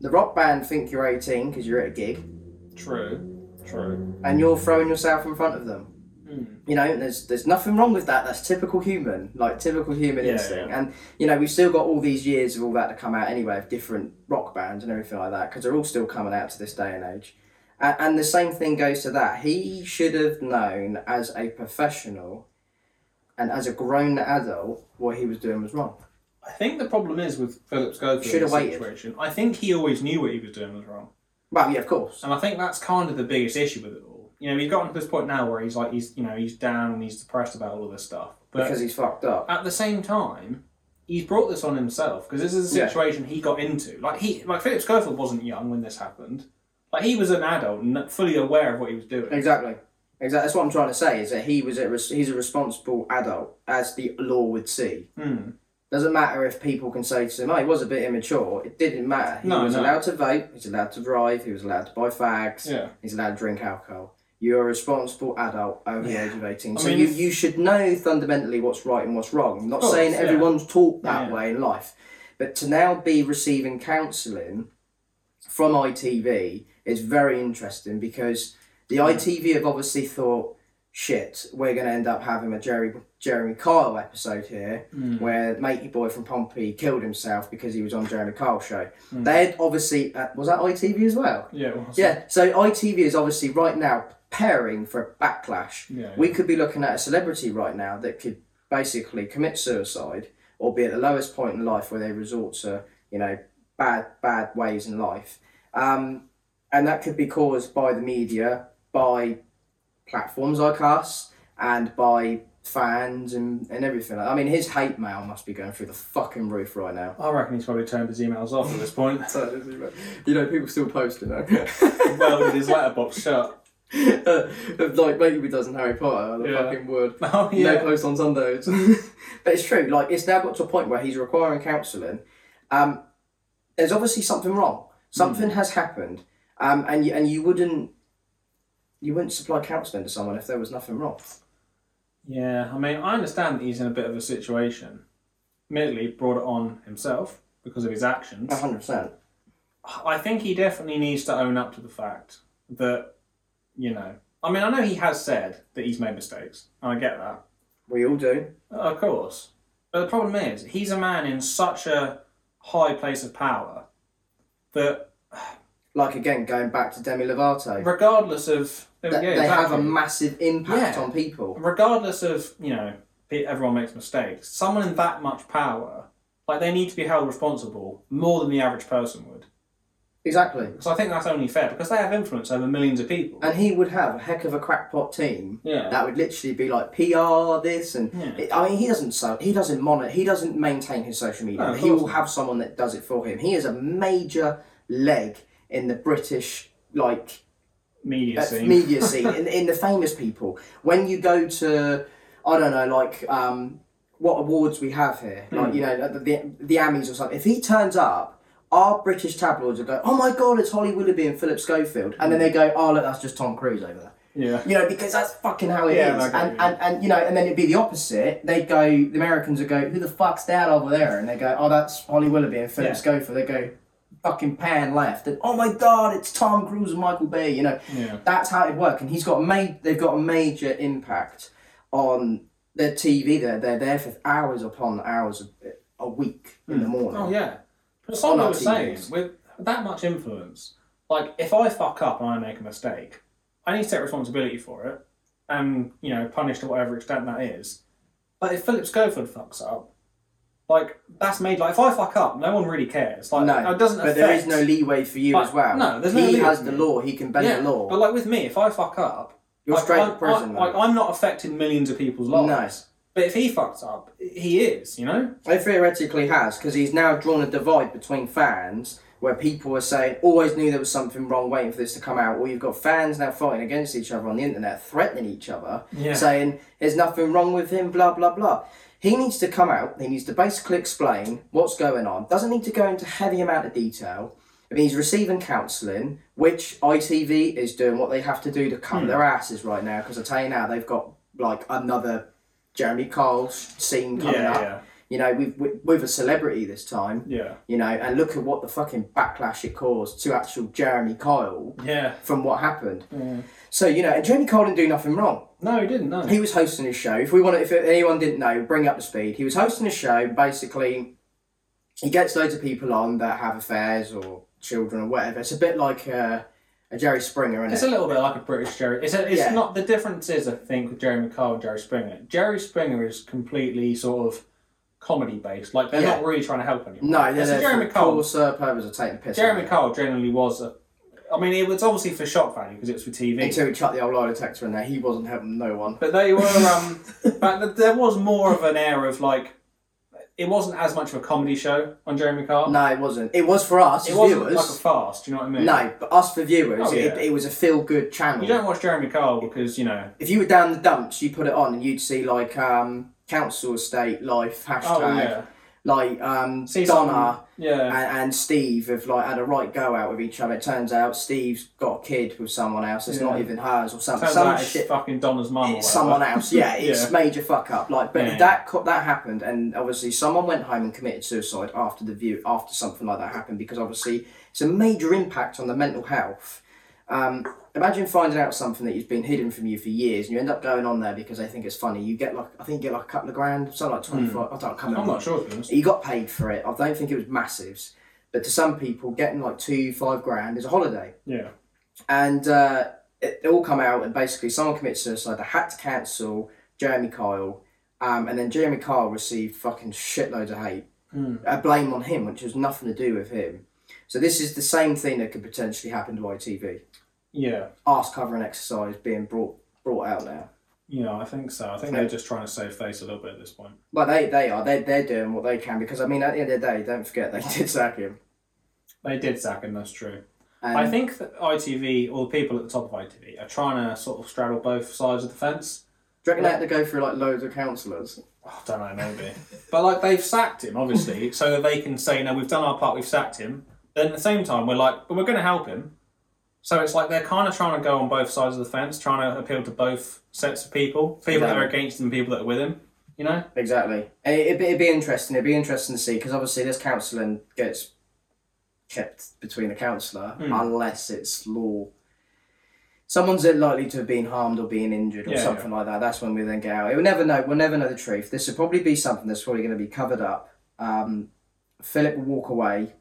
Speaker 1: The rock band think you're 18 because you're at a gig,
Speaker 2: True. True.
Speaker 1: and you're throwing yourself in front of them.
Speaker 2: Mm.
Speaker 1: you know there's there's nothing wrong with that that's typical human like typical human
Speaker 2: Yeah,
Speaker 1: instinct and you know we've still got all these years of all that to come out anyway of different rock bands and everything like that because they're all still coming out to this day and age and, and the same thing goes to that he should have known as a professional and as a grown adult what he was doing was wrong
Speaker 2: I think the problem is with Phillips Schofield
Speaker 1: Should've
Speaker 2: in this
Speaker 1: waited.
Speaker 2: situation. I think he always knew what he was doing was wrong.
Speaker 1: well yeah of course
Speaker 2: And I think that's kind of the biggest issue with it all. You know, he's gotten to this point now where he's like, he's you know, he's down and he's depressed about all of this stuff. But
Speaker 1: because he's fucked up
Speaker 2: at the same time, he's brought this on himself because this is a
Speaker 1: Yeah.
Speaker 2: situation he got into. Like he, like Philip Schofield wasn't young when this happened. Like he was an adult and fully aware of what he was doing.
Speaker 1: exactly exactly that's what i'm trying to say is that he was a res- he's a responsible adult as the law would see
Speaker 2: Hmm.
Speaker 1: Doesn't matter if people can say to him, "Oh, he was a bit immature." It didn't matter. He
Speaker 2: No,
Speaker 1: was
Speaker 2: no.
Speaker 1: allowed to vape. He was allowed to drive. He was allowed to buy fags.
Speaker 2: Yeah.
Speaker 1: He's allowed to drink alcohol. You're a responsible adult over the age of eighteen,
Speaker 2: I
Speaker 1: so
Speaker 2: mean,
Speaker 1: you,
Speaker 2: if-
Speaker 1: you should know fundamentally what's right and what's wrong. I'm not
Speaker 2: course,
Speaker 1: saying
Speaker 2: yeah.
Speaker 1: everyone's taught that
Speaker 2: Yeah.
Speaker 1: way in life, but to now be receiving counselling from ITV is very interesting because the ITV have obviously thought, "Shit, we're going to end up having a Jerry Jeremy Kyle episode here."
Speaker 2: Mm.
Speaker 1: where matey boy from Pompey killed himself because he was on Jeremy Kyle show.
Speaker 2: Mm.
Speaker 1: They had obviously uh, was that ITV as well.
Speaker 2: Yeah. it was.
Speaker 1: Yeah, so ITV is obviously right now preparing for a backlash.
Speaker 2: Yeah, yeah.
Speaker 1: We could be looking at a celebrity right now that could basically commit suicide or be at the lowest point in life where they resort to you know bad bad ways in life, um, and that could be caused by the media, by platforms like us, and by fans and, and everything. I mean, his hate mail must be going through the fucking roof right now.
Speaker 2: I reckon he's probably turned his emails off at this <laughs> point.
Speaker 1: You know, people still posting <laughs> though.
Speaker 2: Welded his letterbox <laughs> shut.
Speaker 1: <laughs> like maybe does in Harry Potter, the
Speaker 2: Yeah.
Speaker 1: fucking word.
Speaker 2: Oh yeah.
Speaker 1: No post on Sundays. <laughs> but it's true. Like it's now got to a point where he's requiring counselling. Um, there's obviously something wrong. Something
Speaker 2: Hmm.
Speaker 1: has happened. Um, and you, and you wouldn't you wouldn't supply counselling to someone if there was nothing wrong.
Speaker 2: Yeah, I mean, I understand that he's in a bit of a situation. Admittedly, brought it on himself because of his actions.
Speaker 1: One hundred percent.
Speaker 2: I think he definitely needs to own up to the fact that, you know, I mean, I know he has said that he's made mistakes, and I get that,
Speaker 1: We all do.
Speaker 2: of course. But the problem is, he's a man in such a high place of power that,
Speaker 1: Like again, going back to Demi Lovato,
Speaker 2: regardless of there we
Speaker 1: that
Speaker 2: go,
Speaker 1: they have a
Speaker 2: exactly.
Speaker 1: massive impact
Speaker 2: Yeah.
Speaker 1: on people.
Speaker 2: regardless of you know pe- everyone makes mistakes someone in that much power like they need to be held responsible more than the average person would
Speaker 1: Exactly.
Speaker 2: because i think that's only fair because they have influence over millions of people
Speaker 1: And he would have a heck of a crackpot team.
Speaker 2: Yeah.
Speaker 1: That would literally be like PR this and
Speaker 2: Yeah.
Speaker 1: I mean he doesn't so he doesn't monitor he doesn't maintain his social media.
Speaker 2: No, of
Speaker 1: he
Speaker 2: course
Speaker 1: will have someone that does it for him. He is a major leg in the British like
Speaker 2: media
Speaker 1: uh,
Speaker 2: scene
Speaker 1: media
Speaker 2: <laughs>
Speaker 1: scene in, in the famous people. When you go to I don't know like um, what awards we have here,
Speaker 2: Hmm.
Speaker 1: like you know the, the the Emmys or something. If he turns up. Our British tabloids will go, oh my god, it's Holly Willoughby and Philip Schofield. And then
Speaker 2: Hmm.
Speaker 1: they go, oh, look, that's just Tom Cruise over there
Speaker 2: yeah
Speaker 1: you know, because that's fucking how it is,
Speaker 2: Yeah, I get
Speaker 1: And,
Speaker 2: you.
Speaker 1: and, and, you know, and then it'd be the opposite. They'd go, the Americans would go, who the fuck's that over there? And they go, oh, that's Holly Willoughby and Philip
Speaker 2: Yeah.
Speaker 1: Schofield. They go, fucking pan left. And, oh my God, it's Tom Cruise and Michael Bay, you know.
Speaker 2: Yeah.
Speaker 1: That's how it'd work. And he's got made, they've got a major impact on their TV. They're, they're there for hours upon hours a, a week in the morning.
Speaker 2: oh yeah but it's
Speaker 1: On
Speaker 2: like i
Speaker 1: our
Speaker 2: was
Speaker 1: TVs.
Speaker 2: saying with that much influence Like, if I fuck up and I make a mistake, I need to take responsibility for it and, you know, punish to whatever extent that is. But if Philip Schofield fucks up, like, that's made, like, if I fuck up, no one really cares. Like,
Speaker 1: no,
Speaker 2: it doesn't
Speaker 1: but
Speaker 2: affect...
Speaker 1: there is no leeway for you
Speaker 2: But-
Speaker 1: as well.
Speaker 2: no, there's no
Speaker 1: he
Speaker 2: leeway
Speaker 1: has
Speaker 2: for
Speaker 1: the
Speaker 2: me.
Speaker 1: law. He can bend
Speaker 2: yeah,
Speaker 1: the law.
Speaker 2: But, like, with me, if I fuck up...
Speaker 1: You're
Speaker 2: like,
Speaker 1: straight
Speaker 2: I'm,
Speaker 1: to prison.
Speaker 2: I, like, I'm not affecting millions of people's
Speaker 1: though.
Speaker 2: lives.
Speaker 1: no,
Speaker 2: But if he fucks up, he is, you know?
Speaker 1: He theoretically has, because he's now drawn a divide between fans where people are saying, always knew there was something wrong waiting for this to come out, or you've got fans now fighting against each other on the internet, threatening each other,
Speaker 2: Yeah.
Speaker 1: saying, there's nothing wrong with him, blah, blah, blah. He needs to come out, he needs to basically explain what's going on, doesn't need to go into heavy amount of detail. I mean, he's receiving counselling, which ITV is doing what they have to do to
Speaker 2: Hmm.
Speaker 1: cover their asses right now, because I tell you now, they've got like another Jeremy Kyle scene coming up
Speaker 2: Yeah,
Speaker 1: you know, with, with, with a celebrity this time,
Speaker 2: yeah.
Speaker 1: you know, and look at what the fucking backlash it caused to actual Jeremy Kyle
Speaker 2: Yeah. Yeah.
Speaker 1: from what happened.
Speaker 2: Mm.
Speaker 1: So, you know, and Jeremy Kyle didn't do nothing wrong.
Speaker 2: No, he didn't, no.
Speaker 1: He was hosting his show. If we want, if anyone didn't know, bring up the speed. He was hosting a show. Basically, he gets loads of people on that have affairs or children or whatever. It's a bit like uh, a Jerry Springer,
Speaker 2: It's
Speaker 1: isn't
Speaker 2: a
Speaker 1: it?
Speaker 2: little bit like a British Jerry. It's, a, it's
Speaker 1: Yeah.
Speaker 2: not the difference is I think with Jeremy Kyle and Jerry Springer. Jerry Springer is completely sort of comedy based. Like they're
Speaker 1: Yeah.
Speaker 2: not really trying to help anyone.
Speaker 1: No, they're
Speaker 2: It's a
Speaker 1: there
Speaker 2: Jeremy
Speaker 1: for
Speaker 2: Kyle.
Speaker 1: coarser purpose of taking the piss.
Speaker 2: Jeremy Kyle generally was a. I mean, it was obviously for shock value because it was for TV.
Speaker 1: Until he chucked the old lie detector in there, he wasn't helping no one.
Speaker 2: But they were. Um,
Speaker 1: <laughs>
Speaker 2: but th- there was more of an air of like. It wasn't as much of a comedy show on Jeremy Kyle.
Speaker 1: No, it wasn't. It was for us
Speaker 2: it
Speaker 1: as
Speaker 2: wasn't
Speaker 1: viewers.
Speaker 2: like a farce. Do you know what I mean?
Speaker 1: No, but us for viewers,
Speaker 2: Oh, yeah.
Speaker 1: it, it was a feel good channel.
Speaker 2: You don't watch Jeremy Kyle because you know.
Speaker 1: If you were down the dumps, you put it on and you'd see like um, council estate life hashtag,
Speaker 2: Oh yeah.
Speaker 1: like um,
Speaker 2: See
Speaker 1: Donna
Speaker 2: something- Yeah.
Speaker 1: and, and Steve have like had a right go out with each other. It turns out Steve's got a kid with someone else. It's not
Speaker 2: Yeah.
Speaker 1: even hers or something.
Speaker 2: Turns
Speaker 1: Some
Speaker 2: out it's
Speaker 1: shit.
Speaker 2: fucking Donna's mum. or
Speaker 1: It's
Speaker 2: whatever.
Speaker 1: someone else.
Speaker 2: <laughs>
Speaker 1: Yeah, it's
Speaker 2: Oh, Yeah.
Speaker 1: major fuck up. Like, but
Speaker 2: Yeah.
Speaker 1: that co- that happened, and obviously someone went home and committed suicide after the view after something like that happened because obviously it's a major impact on the mental health. Um, imagine finding out something that has been hidden from you for years, and you end up going on there because they think it's funny. You get like I think you get like a couple of grand, something like twenty
Speaker 2: Hmm.
Speaker 1: five. I don't I can't
Speaker 2: I'm
Speaker 1: remember.
Speaker 2: not sure. To be honest.
Speaker 1: He got paid for it. I don't think it was massives, but to some people, getting like two five grand is a holiday
Speaker 2: Yeah.
Speaker 1: and uh, it, it all come out and basically someone committed suicide. They had to cancel Jeremy Kyle, um, and then Jeremy Kyle received fucking shitloads of hate, a blame on him, which has nothing to do with him. So this is the same thing that could potentially happen to ITV.
Speaker 2: Yeah.
Speaker 1: Arse cover and exercise being brought brought out now.
Speaker 2: Yeah, I think so. I think they're just trying to save face a little bit at this point.
Speaker 1: But they they are they they're doing what they can because I mean at the end of the day, don't forget they <laughs> did sack him.
Speaker 2: They did sack him, that's true.
Speaker 1: And
Speaker 2: I think that ITV, or the people at the top of ITV, are trying to sort of straddle both sides of the fence.
Speaker 1: do you reckon they had to go through like loads of counsellors?
Speaker 2: I don't know, maybe. <laughs> but like, they've sacked him, <laughs> obviously, so that they can say, no, we've done our part, we've sacked him. Then at the same time, we're like, but we're going to help him. So it's like they're kind of trying to go on both sides of the fence, trying to appeal to both sets of people people that
Speaker 1: Yeah.
Speaker 2: are against him, people that are with him, you know?
Speaker 1: Exactly. And It, would be, it'd be interesting. It'd be interesting to see because obviously this counselling gets kept between the counsellor
Speaker 2: Hmm.
Speaker 1: unless it's law. Someone's likely to have been harmed or being injured or
Speaker 2: Yeah,
Speaker 1: something like that. That's when we then get out. We'll never know. We'll never know the truth. This will probably be something that's probably going to be covered up. Um, Philip will walk away,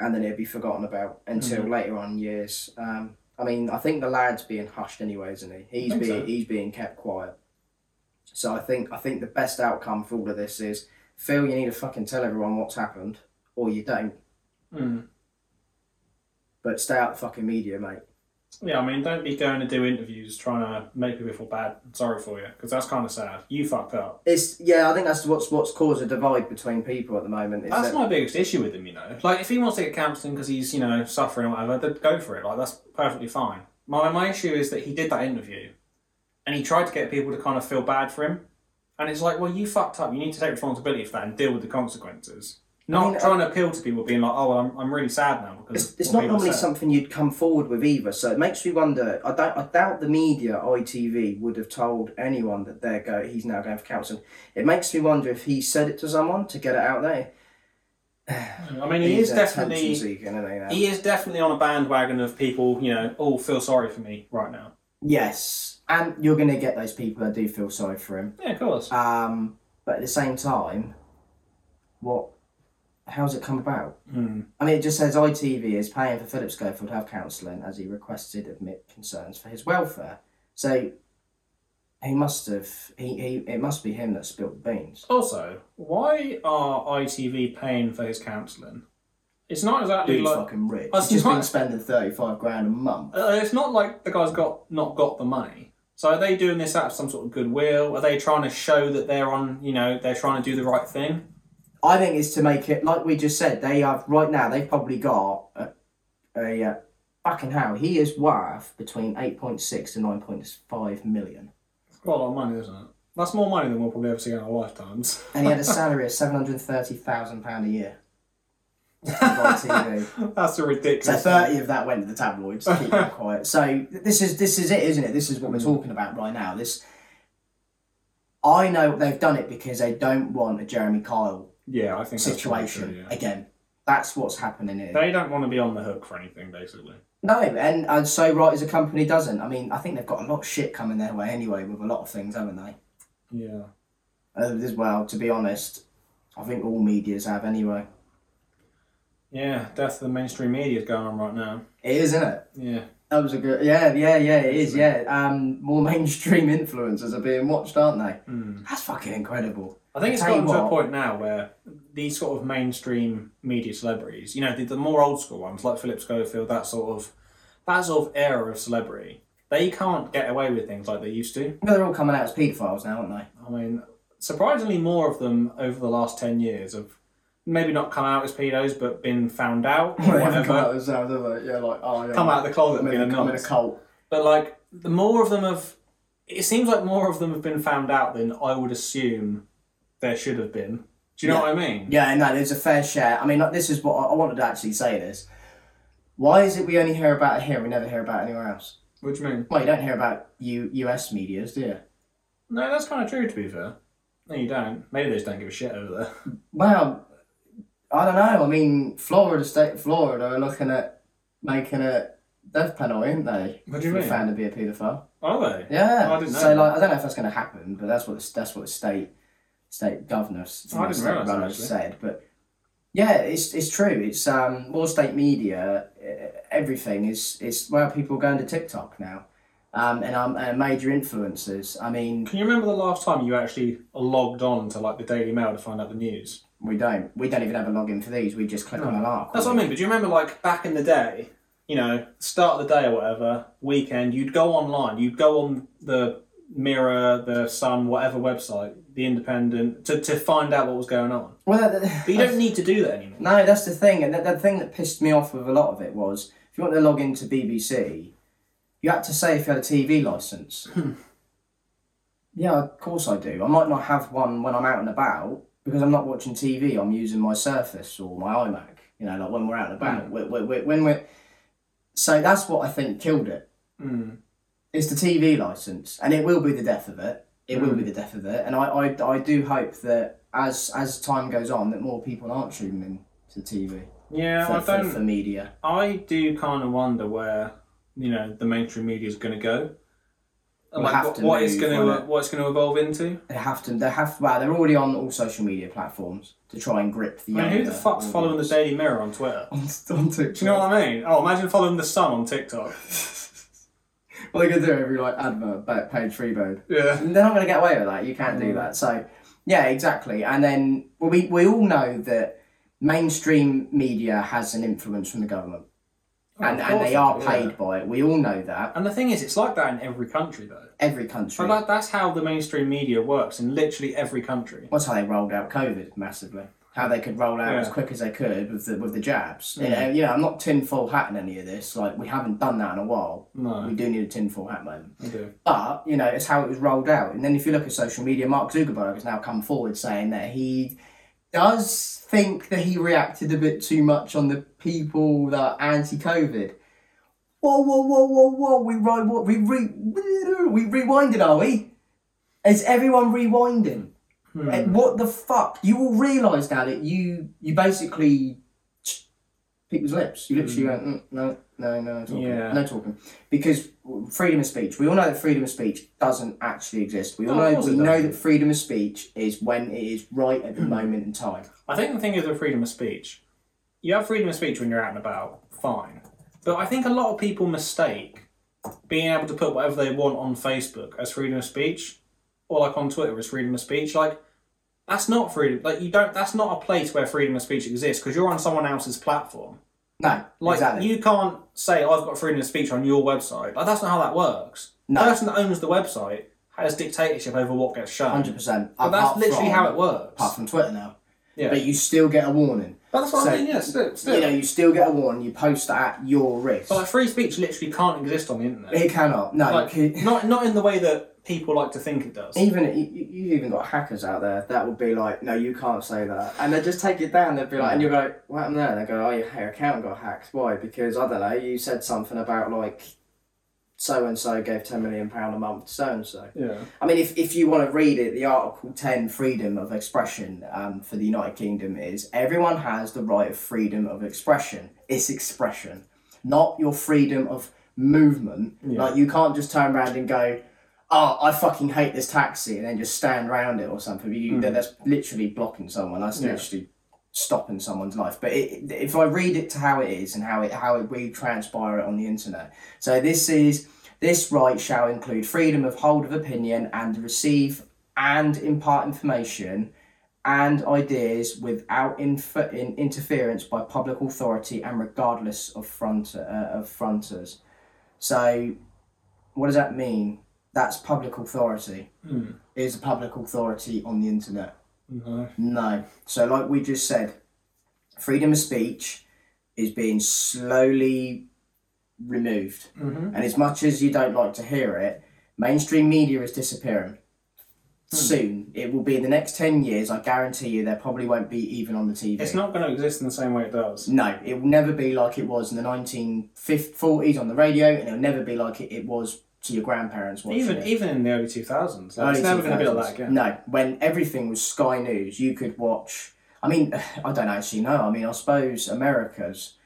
Speaker 1: and then it'll be forgotten about until
Speaker 2: Mm-hmm.
Speaker 1: later on in years. Um, I mean, I think the lad's being hushed anyway, isn't he? He's
Speaker 2: think
Speaker 1: being
Speaker 2: so.
Speaker 1: he's being kept quiet. So I think I think the best outcome for all of this is Phil, you need to fucking tell everyone what's happened, or you don't.
Speaker 2: Hmm.
Speaker 1: But stay out the fucking media, mate.
Speaker 2: Yeah, I mean, don't be going to do interviews trying to make people feel bad and sorry for you, because that's kind of sad. You fucked up.
Speaker 1: It's yeah, I think that's what's what's caused a divide between people at the moment. Is
Speaker 2: That's
Speaker 1: that,
Speaker 2: my biggest issue with him, you know. Like, if he wants to get counselling because he's, you know, suffering or whatever, then go for it. Like, that's perfectly fine. My, my issue is that he did that interview and he tried to get people to kind of feel bad for him. And it's like, well, you fucked up. You need to take responsibility for that and deal with the consequences. Not
Speaker 1: mean, uh,
Speaker 2: trying to appeal to people being like, oh, well, I'm, I'm really sad now. Because
Speaker 1: it's, it's
Speaker 2: what
Speaker 1: not
Speaker 2: people
Speaker 1: normally
Speaker 2: said."
Speaker 1: something you'd come forward with either, so it makes me wonder. I doubt I doubt the media, ITV, would have told anyone that they're go he's now going for counselling. It makes me wonder if he said it to someone to get it out there.
Speaker 2: I mean, he
Speaker 1: He's
Speaker 2: is
Speaker 1: attention
Speaker 2: definitely.
Speaker 1: seeking, isn't he, now?
Speaker 2: He is definitely on a bandwagon of people, you know, all feel sorry for me right now.
Speaker 1: Yes, and you're going to get those people that do feel sorry for him.
Speaker 2: Yeah, of course.
Speaker 1: Um, but at the same time, what how's it come about?
Speaker 2: Mm.
Speaker 1: I mean, it just says ITV is paying for Philip Schofield to have counselling as he requested admit concerns for his welfare. So he must have, he, he it must be him that spilt the beans.
Speaker 2: Also, why are ITV paying for his counselling? It's not exactly
Speaker 1: Dude's
Speaker 2: like
Speaker 1: fucking rich.
Speaker 2: That's
Speaker 1: He's just
Speaker 2: not-
Speaker 1: been spending 35 grand a month.
Speaker 2: uh, it's not like the guy's got not got the money. So are they doing this out of some sort of goodwill? Are they trying to show that they're on? You know, they're trying to do the right thing.
Speaker 1: I think it's to make it, like we just said, they have, right now, they've probably got a, a uh, fucking hell, he is worth between 8.6 to 9.5 million.
Speaker 2: It's quite a lot of money, isn't it? That's more money than we'll probably ever see in
Speaker 1: <laughs>
Speaker 2: our lifetimes.
Speaker 1: And he
Speaker 2: <laughs>
Speaker 1: had a salary of £730,000 a year. By TV.
Speaker 2: That's a
Speaker 1: So
Speaker 2: ridiculous.
Speaker 1: thirty of that went to the tabloids to keep
Speaker 2: <laughs>
Speaker 1: them quiet. So this is this is it, isn't it? This is what we're talking about right now. This I know they've done it because they don't want a Jeremy Kyle
Speaker 2: yeah, I think that's probably
Speaker 1: situation
Speaker 2: true, yeah.
Speaker 1: again. That's what's happening here.
Speaker 2: They don't want to be on the hook for anything, basically.
Speaker 1: no, and, and so right as a company doesn't. I mean, I think they've got a lot of shit coming their way anyway with a lot of things, haven't they?
Speaker 2: Yeah.
Speaker 1: Uh, as well, to be honest, I think all medias have anyway.
Speaker 2: Yeah, death of the mainstream media is going on right now.
Speaker 1: It is, isn't it?
Speaker 2: Yeah.
Speaker 1: That was a good. Yeah, yeah, yeah. It is. Yeah. Um, more <laughs> mainstream influencers are being watched, aren't they? That's fucking incredible.
Speaker 2: hmm. I think it's
Speaker 1: Tell you
Speaker 2: gotten to a
Speaker 1: what.
Speaker 2: point now where these sort of mainstream media celebrities, you know, the, the more old school ones like Philip Schofield, that sort of that sort of era of celebrity, they can't get away with things like they used to.
Speaker 1: They're all coming out as paedophiles now, aren't they?
Speaker 2: I mean, surprisingly, more of them over the last ten years have maybe not come out as pedos, but been found out
Speaker 1: <laughs>
Speaker 2: or <laughs> whatever. come, out.
Speaker 1: as have they? Yeah, like oh yeah.
Speaker 2: of the closet and been a
Speaker 1: come in a cult.
Speaker 2: But like the more of them have, it seems like more of them have been found out than I would assume there should have been. Do you know
Speaker 1: Yeah.
Speaker 2: what I mean?
Speaker 1: Yeah, no, there's a fair share. I mean, like, this is what I, I wanted to actually say. This. Why is it we only hear about it here? We never hear about it anywhere else.
Speaker 2: What do you mean?
Speaker 1: Well, you don't hear about U- U.S. media's, do you?
Speaker 2: No, that's kind of true. To be fair, no, you don't. Maybe they just don't give a shit over
Speaker 1: <laughs>
Speaker 2: there.
Speaker 1: Well, I don't know. I mean, Florida State, Florida are looking at making a death penalty, aren't they?
Speaker 2: What do you
Speaker 1: If you're
Speaker 2: mean?
Speaker 1: Found to be a paedophile.
Speaker 2: Are they?
Speaker 1: Yeah.
Speaker 2: Oh, I didn't know
Speaker 1: so
Speaker 2: that.
Speaker 1: like, I don't know if that's going to happen, but that's what the, that's what the state state governors,
Speaker 2: Oh, I didn't
Speaker 1: state
Speaker 2: realise that,
Speaker 1: runners
Speaker 2: actually.
Speaker 1: said. But yeah, it's it's true. It's um more state media. uh, Everything is is where people are going to TikTok now, um and um and major influencers. I mean,
Speaker 2: Can you remember the last time you actually logged on to like the Daily Mail to find out the news?
Speaker 1: we don't we don't even have a login for these. We just click on an arc.
Speaker 2: That's what I mean. But do you remember, like back in the day, you know, start of the day or whatever, weekend, you'd go online, you'd go on the Mirror, the Sun, whatever website, the Independent, to, to find out what was going on.
Speaker 1: Well, that, that-
Speaker 2: But you don't need to do that anymore.
Speaker 1: No, that's the thing, and the, the thing that pissed me off with a lot of it was if you want to log into BBC, you had to say if you had a TV license. <laughs> yeah, of course I do. I might not have one when I'm out and about because I'm not watching TV. I'm using my Surface or my iMac. You know, like when we're out and about, we we we when we're so that's what I think killed it.
Speaker 2: Mm.
Speaker 1: It's the TV license, and it will be the death of it. It will be the death of it, and I, I, I do hope that as as time goes on, that more people aren't tuning in to TV
Speaker 2: Yeah,
Speaker 1: for,
Speaker 2: I
Speaker 1: for,
Speaker 2: don't.
Speaker 1: for media.
Speaker 2: I do kind of wonder where you know the mainstream media is going to go.
Speaker 1: We'll
Speaker 2: like
Speaker 1: have
Speaker 2: what,
Speaker 1: to
Speaker 2: what it's
Speaker 1: move
Speaker 2: going
Speaker 1: on
Speaker 2: to
Speaker 1: it.
Speaker 2: what it's going to evolve into.
Speaker 1: They have to. They have. Well, they're already on all social media platforms to try and grip the.
Speaker 2: I mean, who
Speaker 1: younger
Speaker 2: the fuck's
Speaker 1: audience.
Speaker 2: following the Daily Mirror <laughs> on Twitter?
Speaker 1: on, on TikTok?
Speaker 2: Do you know what I mean? Oh, imagine following the Sun on TikTok.
Speaker 1: what they're gonna do every like advert back page freebird.
Speaker 2: Yeah.
Speaker 1: They're not gonna get away with that. You can't
Speaker 2: Mm.
Speaker 1: do that. So yeah, exactly. And then well, we we all know that mainstream media has an influence from the government. and,
Speaker 2: Oh, Of
Speaker 1: and
Speaker 2: course
Speaker 1: they are
Speaker 2: do,
Speaker 1: paid
Speaker 2: yeah.
Speaker 1: by it. We all know that.
Speaker 2: And the thing is, it's like that in every country, though.
Speaker 1: Every country.
Speaker 2: But that, that's how the mainstream media works in literally every country.
Speaker 1: That's how they rolled out COVID massively. How they could roll out
Speaker 2: Yeah.
Speaker 1: as quick as they could with the with the jabs. You, know, you know, I'm not tinfoil hatting any of this. Like we haven't done that in a while.
Speaker 2: No,
Speaker 1: We do need a tinfoil hat moment.
Speaker 2: I do.
Speaker 1: But you know, it's how it was rolled out. And then if you look at social media, Mark Zuckerberg has now come forward saying that he does think that he reacted a bit too much on the people that are anti-COVID. Whoa, whoa, whoa, whoa, whoa! We ri- what we re- we rewinded, are we? Is everyone rewinding?
Speaker 2: Hmm.
Speaker 1: Eh, What the fuck? You all realise now that you you basically people's lips. You literally go, mm, no, no, no talking,
Speaker 2: Hmm. Yeah.
Speaker 1: no talking, because freedom of speech. We all know that freedom of speech doesn't actually exist. We all
Speaker 2: No, of
Speaker 1: know
Speaker 2: course
Speaker 1: we
Speaker 2: it
Speaker 1: know
Speaker 2: doesn't. Hmm.
Speaker 1: that freedom of speech is when it is right at the moment in time.
Speaker 2: I think the thing is with freedom of speech, you have freedom of speech when you're out and about, fine. But I think a lot of people mistake being able to put whatever they want on Facebook as freedom of speech, or like on Twitter as freedom of speech. Like that's not freedom. Like you don't. That's not a place where freedom of speech exists because you're on someone else's platform.
Speaker 1: No,
Speaker 2: Like
Speaker 1: exactly.
Speaker 2: you can't say "Oh, I've got freedom of speech on your website. Like that's not how that works.
Speaker 1: No.
Speaker 2: The person that owns the website has dictatorship over what gets shown.
Speaker 1: Hundred percent.
Speaker 2: But that's literally how it works.
Speaker 1: Apart from Twitter now,
Speaker 2: Yeah.
Speaker 1: but you still get a warning.
Speaker 2: But that's what
Speaker 1: So,
Speaker 2: I mean. Yeah. Still, still.
Speaker 1: You know, you still get a warning. You post that at your risk.
Speaker 2: But like, free speech literally can't exist on the internet.
Speaker 1: it cannot. No, <laughs>
Speaker 2: Like,
Speaker 1: it-
Speaker 2: not not in the way that people like to think it does.
Speaker 1: Even you, you- you've even got hackers out there that would be like, no, you can't say that, and they just take it down. They'd be like, and you go, what happened there? And they go, oh, your your account got hacked. Why? Because I don't know. You said something about like, so and so gave ten million pound a month to so and so.
Speaker 2: Yeah.
Speaker 1: I mean, if, if you want to read it, the Article 10 freedom of expression um, for the United Kingdom is everyone has the right of freedom of expression. It's expression, not your freedom of movement. Like, you can't just turn around and go, oh, I fucking hate this taxi, and then just stand around it or something. You, that That's literally blocking someone. That's literally stopping someone's life. But it, it- if I read it to how it is and how it how it, we transpire it on the internet, so this is this right shall include freedom of hold of opinion and receive and impart information and ideas without inf- in interference by public authority and regardless of front uh, of fronters. So, what does that mean? That's public authority. Is a public authority on the internet?
Speaker 2: No.
Speaker 1: No. So, like we just said, freedom of speech is being slowly removed.
Speaker 2: Mhm.
Speaker 1: And as much as you don't like to hear it, mainstream media is disappearing.
Speaker 2: Hmm.
Speaker 1: Soon. It will be in the next 10 years. I guarantee you, there probably won't be even on the TV.
Speaker 2: It's not going to exist in the same way it does.
Speaker 1: No, it will never be like it was in the 1940s on the radio, and it'll never be like it, it was to your grandparents watching
Speaker 2: Even
Speaker 1: it.
Speaker 2: even in the early two thousands, like, it's
Speaker 1: Early
Speaker 2: never going to be
Speaker 1: 2000s.
Speaker 2: like that again.
Speaker 1: No, when everything was Sky News, you could watch. I mean, <sighs> I don't actually know. I mean, I suppose America's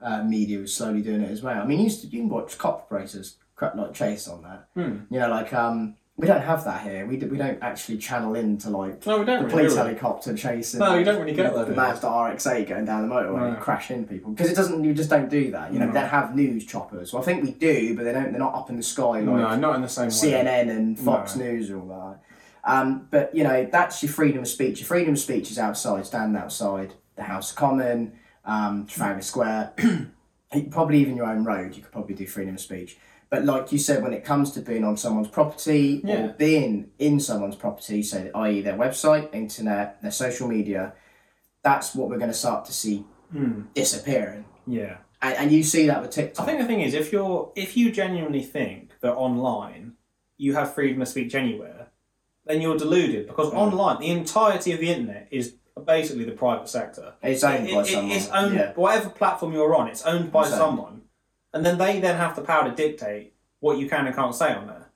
Speaker 1: uh, media was slowly doing it as well. I mean, you used to, you can watch cop operators crap like Chase on that.
Speaker 2: Hmm.
Speaker 1: You know, like um, we don't have that here. We, d- we don't actually channel into like
Speaker 2: No, we don't
Speaker 1: the
Speaker 2: really.
Speaker 1: police
Speaker 2: do we?
Speaker 1: helicopter chasing.
Speaker 2: No, you don't really get that, do
Speaker 1: The
Speaker 2: you?
Speaker 1: Mazda RX-8 going down the motorway and
Speaker 2: No.
Speaker 1: crash into people because it doesn't. You just don't do that. You know,
Speaker 2: No.
Speaker 1: they don't have news choppers. Well, I think we do, but they don't. They're not up in the sky like
Speaker 2: No, not in the same way.
Speaker 1: CNN and Fox News and all that. Um, but you know, that's your freedom of speech. Your freedom of speech is outside, standing outside the House of Common, um,
Speaker 2: Mm.
Speaker 1: Trafalgar Square, <clears throat> you- probably even your own road. You could probably do freedom of speech. But like you said, when it comes to being on someone's property
Speaker 2: Yeah.
Speaker 1: or being in someone's property, so i.e. their website, internet, their social media, that's what we're going to start to see
Speaker 2: Hmm.
Speaker 1: disappearing.
Speaker 2: Yeah.
Speaker 1: And, and you see that with TikTok.
Speaker 2: I think the thing is, if you're if you genuinely think that online you have freedom of speech anywhere, then you're deluded because online the entirety of the internet is basically the private sector.
Speaker 1: it's owned by
Speaker 2: It- it-
Speaker 1: someone.
Speaker 2: It's owned
Speaker 1: yeah.
Speaker 2: whatever platform you're on. It's owned by
Speaker 1: It's owned.
Speaker 2: someone, and then they then have the power to dictate what you can and can't say on there.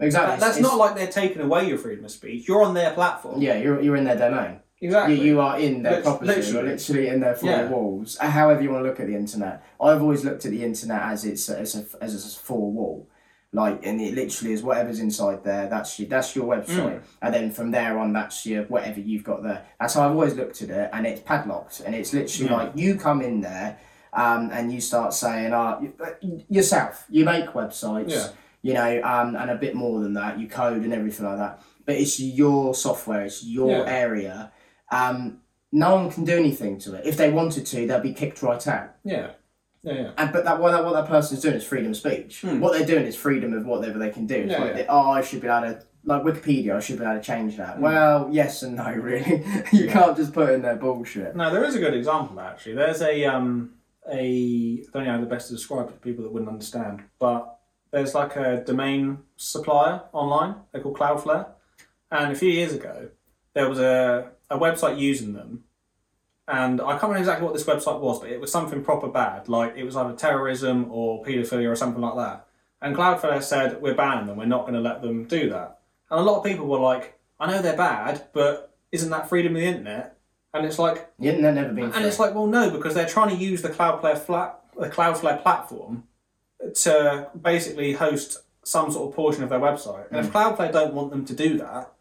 Speaker 1: Exactly.
Speaker 2: That- that's
Speaker 1: It's-
Speaker 2: not like they're taking away your freedom of speech. You're on their platform.
Speaker 1: Yeah, you're, you're in their domain.
Speaker 2: Exactly.
Speaker 1: You, you are in their
Speaker 2: Lit-
Speaker 1: property. You're
Speaker 2: literally.
Speaker 1: literally in their four
Speaker 2: Yeah.
Speaker 1: walls. Uh, However you want to look at the internet, I've always looked at the internet as it's as a, as a four wall, like and it literally is whatever's inside there. That's your that's your website,
Speaker 2: Mm.
Speaker 1: and then from there on, that's your whatever you've got there. That's how I've always looked at it, and it's padlocked, and it's literally
Speaker 2: Yeah.
Speaker 1: like you come in there, um, and you start saying, uh, y- uh, yourself, you make websites,
Speaker 2: Yeah.
Speaker 1: you know, um, and a bit more than that, you code and everything like that. But it's your software, it's your
Speaker 2: Yeah.
Speaker 1: area. Um, no one can do anything to it. If they wanted to, they'd be kicked right out.
Speaker 2: yeah. Yeah. Yeah.
Speaker 1: And but that what that, what that person's doing is freedom of speech.
Speaker 2: Hmm.
Speaker 1: What they're doing is freedom of whatever they can do. It's
Speaker 2: Yeah,
Speaker 1: like,
Speaker 2: yeah. Hmm.
Speaker 1: oh, I should be able to like Wikipedia. I should be able to change that. Well, yes and no, <laughs> really. you can't just put in their bullshit.
Speaker 2: No, there is a good example actually. There's a um a I don't know how the best to describe it to people that wouldn't understand, but there's like a domain supplier online. They're called Cloudflare, and a few years ago there was a a website using them, and I can't remember exactly what this website was, but it was something proper bad, like it was either terrorism or paedophilia or something like that. And Cloudflare said we're banning them. We're not going to let them do that. And a lot of people were like, I know they're bad, but isn't that freedom of the internet? And it's like,
Speaker 1: Yeah, they've never been.
Speaker 2: and it's like, well, no, because they're trying to use the Cloudflare flat, the Cloudflare platform, to basically host some sort of portion of their website. And if Cloudflare don't want them to do that,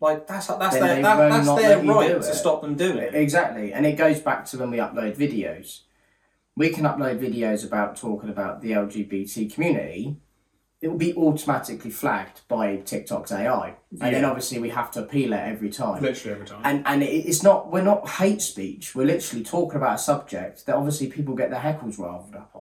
Speaker 2: like that's that's
Speaker 1: Hmm. Then
Speaker 2: their
Speaker 1: they
Speaker 2: that,
Speaker 1: won't
Speaker 2: that's
Speaker 1: not
Speaker 2: their
Speaker 1: let you do
Speaker 2: right
Speaker 1: it.
Speaker 2: to stop them doing it.
Speaker 1: Exactly, and it goes back to when we upload videos. We can upload videos about talking about the LGBT community. It will be automatically flagged by TikTok's AI, and then obviously we have to appeal it every time.
Speaker 2: Literally every time.
Speaker 1: And and it- it's not we're not hate speech. We're literally talking about a subject that obviously people get their heckles riled up on.